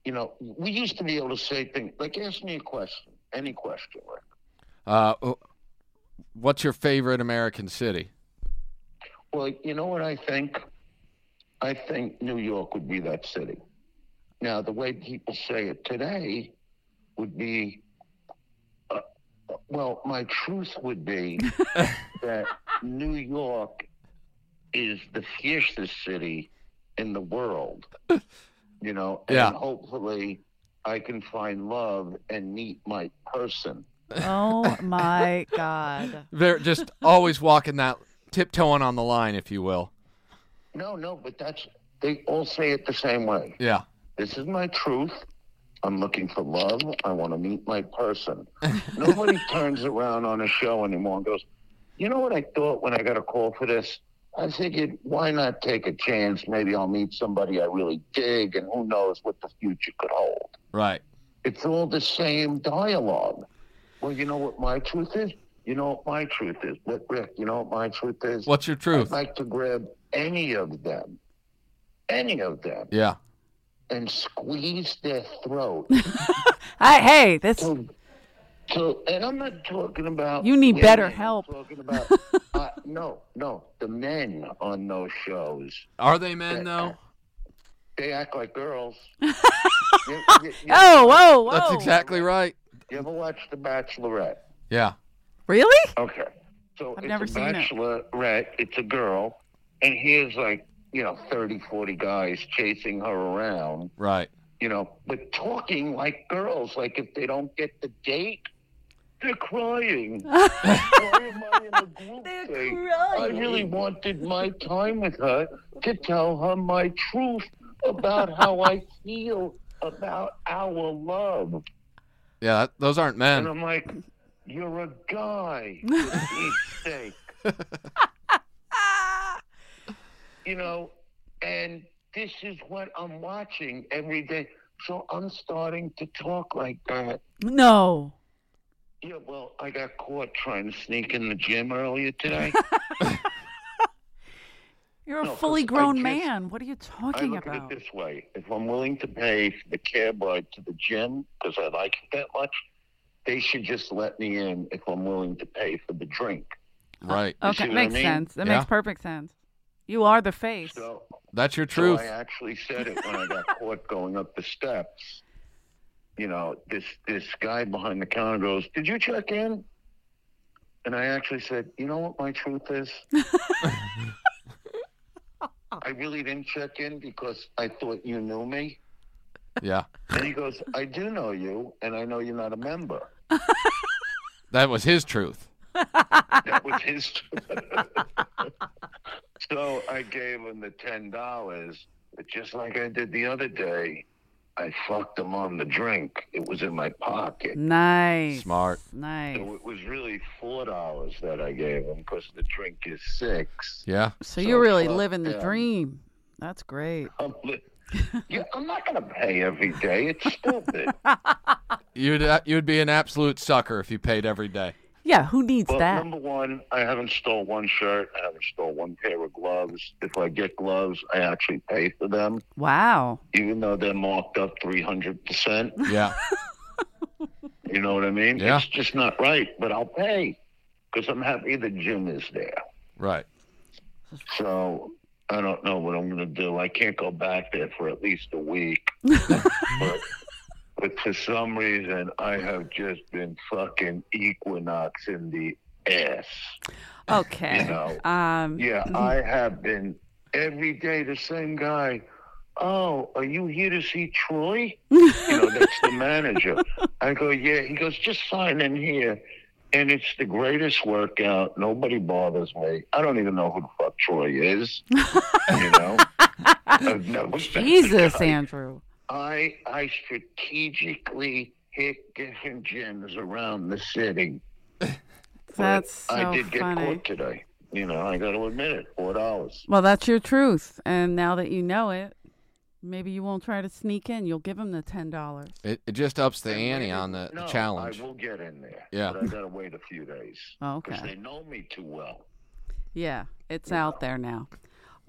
S6: you know, we used to be able to say things like, ask me a question, any question, Rick.
S3: Uh, what's your favorite American city?
S6: Well, you know what I think? I think New York would be that city. Now, the way people say it today would be, uh, well, my truth would be that New York is the fiercest city in the world. You know, and
S3: Yeah.
S6: hopefully I can find love and meet my person.
S2: oh my god.
S3: They're just always walking that tiptoeing on the line, if you will.
S6: No, no, but that's, they all say it the same way.
S3: Yeah.
S6: this is my truth. I'm looking for love. I want to meet my person. Nobody turns around on a show anymore and goes, you know what I thought when I got a call for this? I figured, why not take a chance? Maybe I'll meet somebody I really dig, and who knows what the future could hold.
S3: Right.
S6: It's all the same dialogue. Well, you know what my truth is? You know what my truth is? But, Rick, you know what my truth is?
S3: What's your
S6: I'd
S3: truth?
S6: like to grab any of them, any of them,
S3: Yeah.
S6: and squeeze their throat.
S2: I, hey, this.
S6: So, so, and I'm not talking about.
S2: You need
S6: women.
S2: better
S6: I'm
S2: help.
S6: talking about. uh, no, no, the men on those shows.
S3: Are they men though?
S6: They act like girls. you, you- you-
S2: Oh, whoa, whoa.
S3: That's exactly right.
S6: you ever watch The Bachelorette?
S3: Yeah.
S2: Really?
S6: Okay. So
S2: I've
S6: it's
S2: never
S6: a
S2: seen it.
S6: bachelorette, it's a girl, and here's like, you know, 30, 40 guys chasing her around,
S3: Right.
S6: you know, but talking like girls, like if they don't get the date, they're crying. Why am I in a group
S2: They're
S6: date?
S2: crying.
S6: I really wanted my time with her to tell her my truth about how I feel about our love.
S3: Yeah. That, those aren't
S6: And
S3: men.
S6: I'm like, you're a guy. for Pete's sake. you know, and this is what I'm watching every day. So I'm starting to talk like that.
S2: No.
S6: Yeah, well, I got caught trying to sneak in the gym earlier today.
S2: You're a
S6: No, 'cause
S2: fully
S6: I
S2: grown
S6: just-
S2: man. What are you
S6: I
S2: talking
S6: look
S2: about?
S6: at it this way: if I'm willing to pay for the cab ride to the gym because I like it that much, they should just let me in if I'm willing to pay for the drink.
S3: Right.
S6: You see
S2: okay,
S6: what I
S2: makes
S6: mean?
S2: sense. That
S3: Yeah.
S2: makes perfect sense. You are the face.
S6: So
S3: That's your
S6: So
S3: truth.
S6: I actually said it when I got caught going up the steps. You know, this this guy behind the counter goes, "Did you check in?" And I actually said, "You know what my truth is? I really didn't check in because I thought you knew me."
S3: Yeah.
S6: And he goes, "I do know you, and I know you're not a member."
S3: That was his truth.
S6: That was his. so I gave him the ten dollars, just like I did the other day, I fucked him on the drink. It was in my pocket.
S2: Nice.
S3: Smart.
S2: Nice.
S6: So it was really four dollars that I gave him because the drink is six.
S3: Yeah.
S2: So
S6: So
S2: you're really
S6: fuck
S2: living the
S6: them.
S2: dream. That's great.
S6: I'm li- yeah, I'm not gonna pay every day. It's stupid.
S3: You'd uh, you'd be an absolute sucker if you paid every day.
S2: Yeah, who needs
S6: Well,
S2: that?
S6: number one, I haven't stole one shirt. I haven't stole one pair of gloves. If I get gloves, I actually pay for them,
S2: Wow.
S6: even though they're marked up three hundred percent.
S3: Yeah.
S6: You know what I mean?
S3: Yeah.
S6: It's just not right, but I'll pay because I'm happy the gym is there.
S3: right.
S6: So I don't know what I'm going to do. I can't go back there for at least a week. but, but for some reason, I have just been fucking Equinox in the ass.
S2: Okay.
S6: know,
S2: um
S6: Yeah, I have been every day the same guy. Oh, are you here to see Troy? You know, that's the manager. I go, yeah. He goes, just sign in here. And it's the greatest workout. Nobody bothers me. I don't even know who the fuck Troy is. you know? I've never met the
S2: Jesus,
S6: guy.
S2: Andrew.
S6: I I strategically hit different gyms around the city. but
S2: That's so
S6: I did
S2: funny.
S6: get caught today. You know, I got to admit it. Four dollars.
S2: Well, that's your truth. And now that you know it, maybe you won't try to sneak in. You'll give him the ten dollars.
S3: It, it just ups the
S6: And
S3: ante
S6: maybe-
S3: on the, the
S6: no,
S3: challenge.
S6: I will get in there.
S3: Yeah.
S6: But I gotta wait a few days.
S2: Oh,
S6: Because
S2: okay.
S6: they know me too well.
S2: Yeah, it's out there now.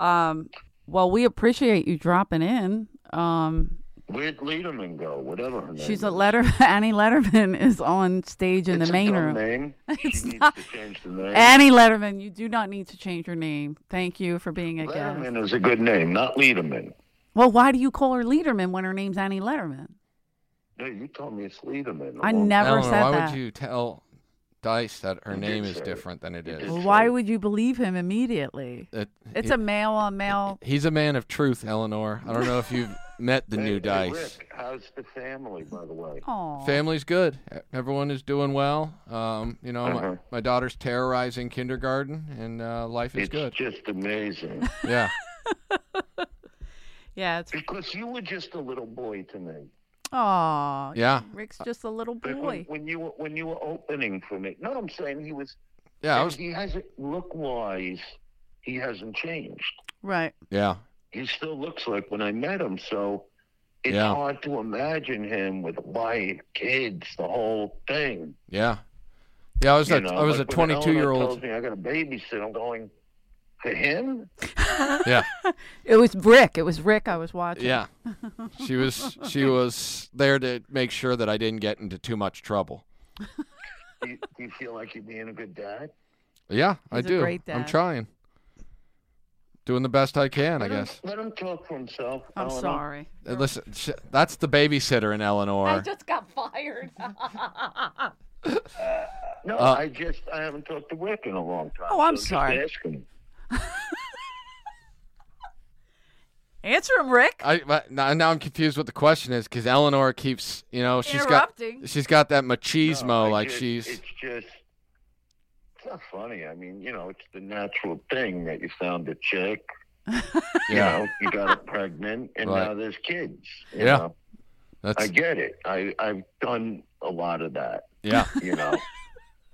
S2: Um well we appreciate you dropping in. Um
S6: Where'd Lederman go? Whatever her name
S2: she's a
S6: is.
S2: letter Annie Letterman is on stage in
S6: It's
S2: the
S6: a
S2: main room.
S6: dumb Name. She
S2: It's
S6: needs
S2: not-
S6: to change the name.
S2: Annie Letterman, you do not need to change your name. Thank you for being a guest.
S6: Letterman is a good name, not Lederman.
S2: Well, why do you call her Lederman when her name's Annie Letterman?
S6: No, you told me it's Lederman.
S2: I
S6: Well,
S2: never
S3: Eleanor,
S2: said
S3: why
S2: that.
S3: would you tell Dice that her
S6: You did
S3: name is
S6: say it.
S3: different than it
S6: You
S3: is?
S6: did.
S2: Well, why would you believe him immediately?
S3: It-
S2: It's
S3: he-
S2: a male on male.
S3: He's a man of truth, Eleanor. I don't know if you've met the
S6: hey,
S3: new
S6: hey,
S3: Dice.
S6: Rick, how's the family, by the way?
S2: Aw.
S3: Family's good. Everyone is doing well. Um, you know,
S6: Uh-huh.
S3: my, my daughter's terrorizing kindergarten, and uh, life is
S6: it's
S3: good.
S6: just amazing.
S3: Yeah.
S2: Yeah, it's
S6: because you were just a little boy to me.
S2: aw.
S3: Yeah.
S2: Rick's just a little
S6: But when,
S2: boy.
S6: when you were when you were opening for me, no, I'm saying he was
S3: Yeah. I
S6: And
S3: was,
S6: He hasn't look wise. He hasn't changed.
S2: Right.
S3: yeah.
S6: He still looks like when I met him. So it's
S3: Yeah.
S6: hard to imagine him with wife, kids, the whole thing.
S3: Yeah. Yeah. I was
S6: you
S3: a,
S6: know?
S3: I was
S6: Like
S3: a
S6: when
S3: 22 year
S6: Eleanor
S3: old.
S6: Tells me I got a babysit. I'm going for him.
S3: Yeah.
S2: It was Rick. It was Rick I was watching.
S3: Yeah. She was she was there to make sure that I didn't get into too much trouble.
S6: Do you, do you feel like you're being a good dad?
S3: Yeah, I
S2: He's a
S3: do.
S2: great
S3: I'm
S2: dad.
S3: trying. Doing the best I can, I
S6: Let him-
S3: guess.
S6: Let him talk for himself.
S2: I'm
S6: Eleanor.
S2: sorry.
S3: Uh, Listen, sh- that's the babysitter in Eleanor.
S2: just got fired.
S6: No,
S3: Uh,
S6: I just I haven't talked to Rick in a long time.
S2: Oh, I'm
S6: so
S2: sorry.
S6: Just ask him.
S2: Answer him, Rick.
S3: I, but now, now I'm confused what the question is because Eleanor keeps, you know, she's
S2: Interrupting.
S3: got she's got that machismo,
S6: No, I
S3: like
S6: just-
S3: she's
S6: It's just. It's not funny. I mean, you know, it's the natural thing that you found a chick. You
S3: yeah,
S6: know, you got her pregnant, and
S3: Right.
S6: now there's kids. you
S3: Yeah.
S6: know? I
S3: that's
S6: get it. I I've done a lot of that.
S3: yeah,
S6: You know,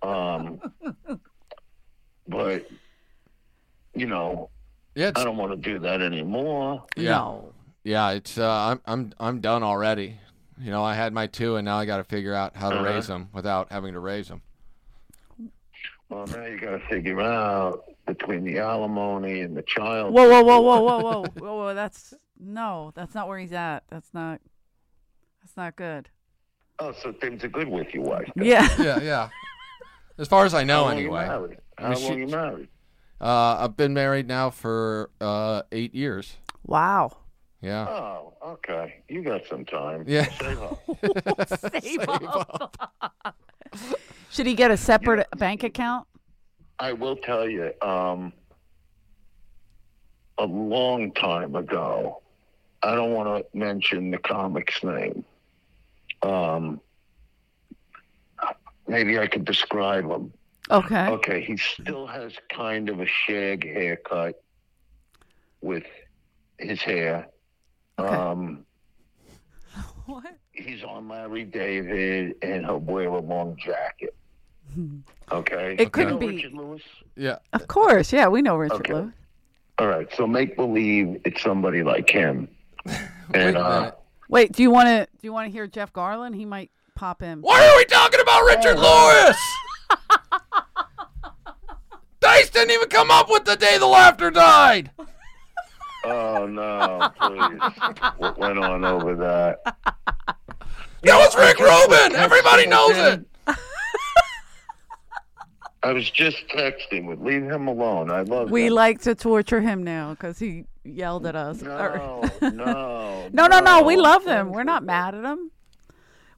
S6: um, but you know,
S3: yeah, it's,
S6: I don't want to do that anymore.
S3: yeah, yeah. It's uh, I'm I'm I'm done already. You know, I had my two, and now I got to figure out how to
S6: Uh-huh.
S3: raise them without having to raise them.
S6: Well, now you got to figure out between the alimony and the child.
S2: Whoa, whoa, whoa, whoa, whoa, whoa, whoa, whoa. That's no. That's not where he's at. That's not. That's not good.
S6: Oh, so things are good with your wife.
S2: Yeah.
S3: Yeah, yeah. As far as I know,
S6: How long you
S3: anyway.
S6: married?
S3: I
S6: How
S3: mean,
S6: long
S3: she-
S6: you married?
S3: Uh, I've been married now for uh, eight years.
S2: Wow.
S3: Yeah.
S6: Oh, okay. You got some time.
S3: Yeah.
S6: Save up.
S2: Save up. Should he get a separate bank account?
S6: I will tell you, um, a long time ago, I don't want to mention the comic's name. Um, maybe I could describe him.
S2: Okay.
S6: Okay, he still has kind of a shag haircut with his hair.
S2: Okay.
S6: Um,
S2: What?
S6: he's on Larry David and he'll wear a long jacket. Okay.
S2: Hmm. It couldn't
S6: You know
S2: be-
S6: Richard Lewis.
S3: Yeah.
S2: Of course, yeah, we know Richard
S6: Okay.
S2: Lewis.
S6: All right. So make believe it's somebody like him.
S3: Wait
S6: And
S3: a
S6: uh,
S3: minute.
S2: Wait, do you want to do you want to hear Jeff Garland? He might pop in.
S3: Why are we talking about Richard Lewis? Dice didn't even come up with the day the laughter died.
S6: oh no, please. what went on over that?
S3: That was Rick Rubin. Everybody knows it.
S6: I was just texting with leave him alone. I love
S2: We
S6: him.
S2: like to torture him now because he yelled at us. Or-
S6: No, no.
S2: no, no, no. We love him. We're not mad at him.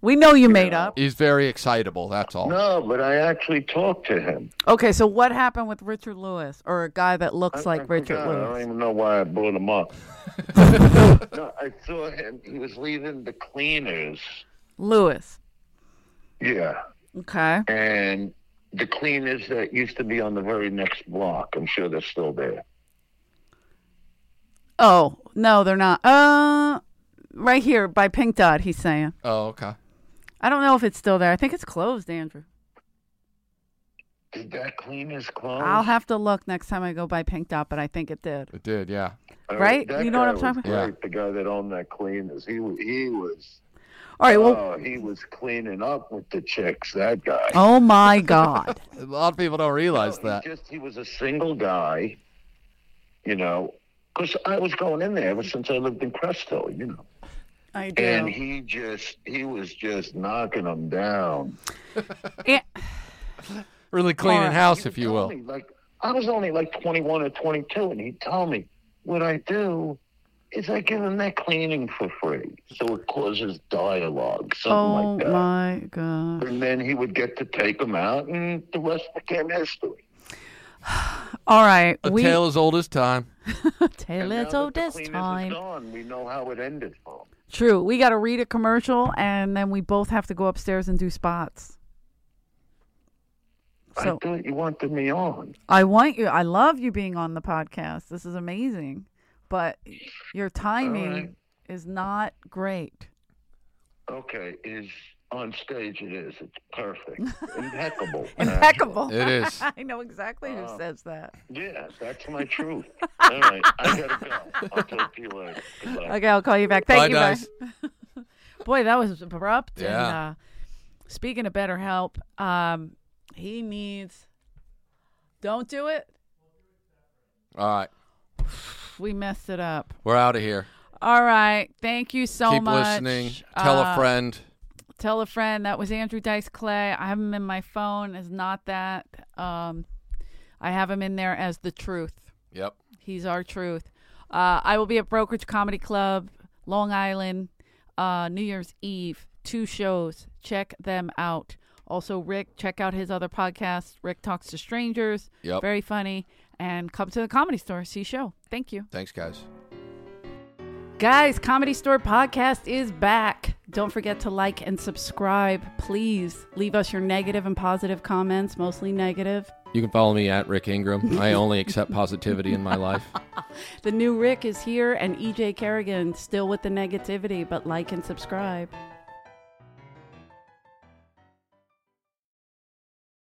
S2: We know you made up.
S3: He's very excitable. That's all.
S6: No, but I actually talked to him.
S2: Okay, so what happened with Richard Lewis or a guy that
S6: I-
S2: looks
S6: I
S2: like Richard
S6: forgot. I don't
S2: Lewis?
S6: even know why I brought him up. no, I saw him. He was leaving the cleaners.
S2: Lewis.
S6: Yeah,
S2: Okay.
S6: and the cleaners that used to be on the very next block. I'm sure they're still there.
S2: Oh no, they're not. Uh, right here by Pink Dot. He's saying.
S3: Oh, okay.
S2: I don't know if it's still there. I think it's closed, Andrew.
S6: Did that cleaners close?
S2: I'll have to look next time I go by Pink Dot, but I think it did.
S3: It did, yeah.
S6: All
S2: right?
S6: that
S2: You know what
S6: guy
S2: I'm talking
S6: was
S3: about?
S6: great, The guy that owned that cleaners. He wa- he was.
S2: All right. Well.
S6: oh, he was cleaning up with the chicks. That guy.
S2: Oh my God.
S3: A lot of people don't realize
S6: No,
S3: that.
S6: He just he was a single guy, you know. Because I was going in there ever since I lived in Crest Hill, you know.
S2: I do.
S6: And he just he was just knocking them down.
S2: And-
S3: Really cleaning
S2: Or-
S3: house,
S6: He
S3: if you
S6: would tell
S3: will.
S6: me, like I was only like twenty one or twenty two, and he'd tell me what I do is I give him that cleaning for free, so it causes dialogue, something
S2: oh
S6: like that.
S2: my God.
S6: And then he would get to take them out, and the rest became history.
S2: All right.
S3: A
S2: we
S3: tale as old as time.
S2: tale
S6: And now
S2: is
S6: that
S2: old
S6: the
S2: this
S6: cleaners is
S2: time.
S6: gone, we know how it ended for him.
S2: True. We got to read a commercial, and then we both have to go upstairs and do spots. So
S6: I thought you wanted me on.
S2: I want you. I love you being on the podcast. This is amazing, but your timing
S6: right.
S2: is not great.
S6: Okay, is on stage it is. It's perfect. Impeccable.
S2: Impeccable.
S3: It is. Oh.
S2: I know exactly who
S6: Uh,
S2: says that.
S6: actually. Yeah, that's my truth. All right, I gotta go. I'll talk to you later. Goodbye.
S2: Okay, I'll call you back. Thank
S3: Bye,
S2: you,
S3: Dice.
S2: Boy, that was abrupt.
S3: Yeah.
S2: And, uh, speaking of better help, um, he needs. Don't do it.
S3: All right.
S2: We messed it up.
S3: We're out of here.
S2: All right. Thank you so
S3: Keep
S2: much.
S3: listening. Tell
S2: Uh,
S3: a friend.
S2: Tell a friend. That was Andrew Dice Clay. I have him in my phone as not that. Um, I have him in there as the truth.
S3: Yep.
S2: He's our truth. Uh, I will be at Brokerage Comedy Club, Long Island, uh, New Year's Eve. Two shows. Check them out. Also, Rick, check out his other podcast, Rick Talks to Strangers.
S3: Yep.
S2: Very funny. And come to the comedy store, see show. Thank you.
S3: Thanks, guys.
S2: Guys, Comedy Store Podcast is back. Don't forget to like and subscribe. Please leave us your negative and positive comments, mostly negative.
S3: You can follow me at Rick Ingram. I only accept positivity in my life.
S2: E The new Rick is here, and EJ Kerrigan still with the negativity, but like and subscribe.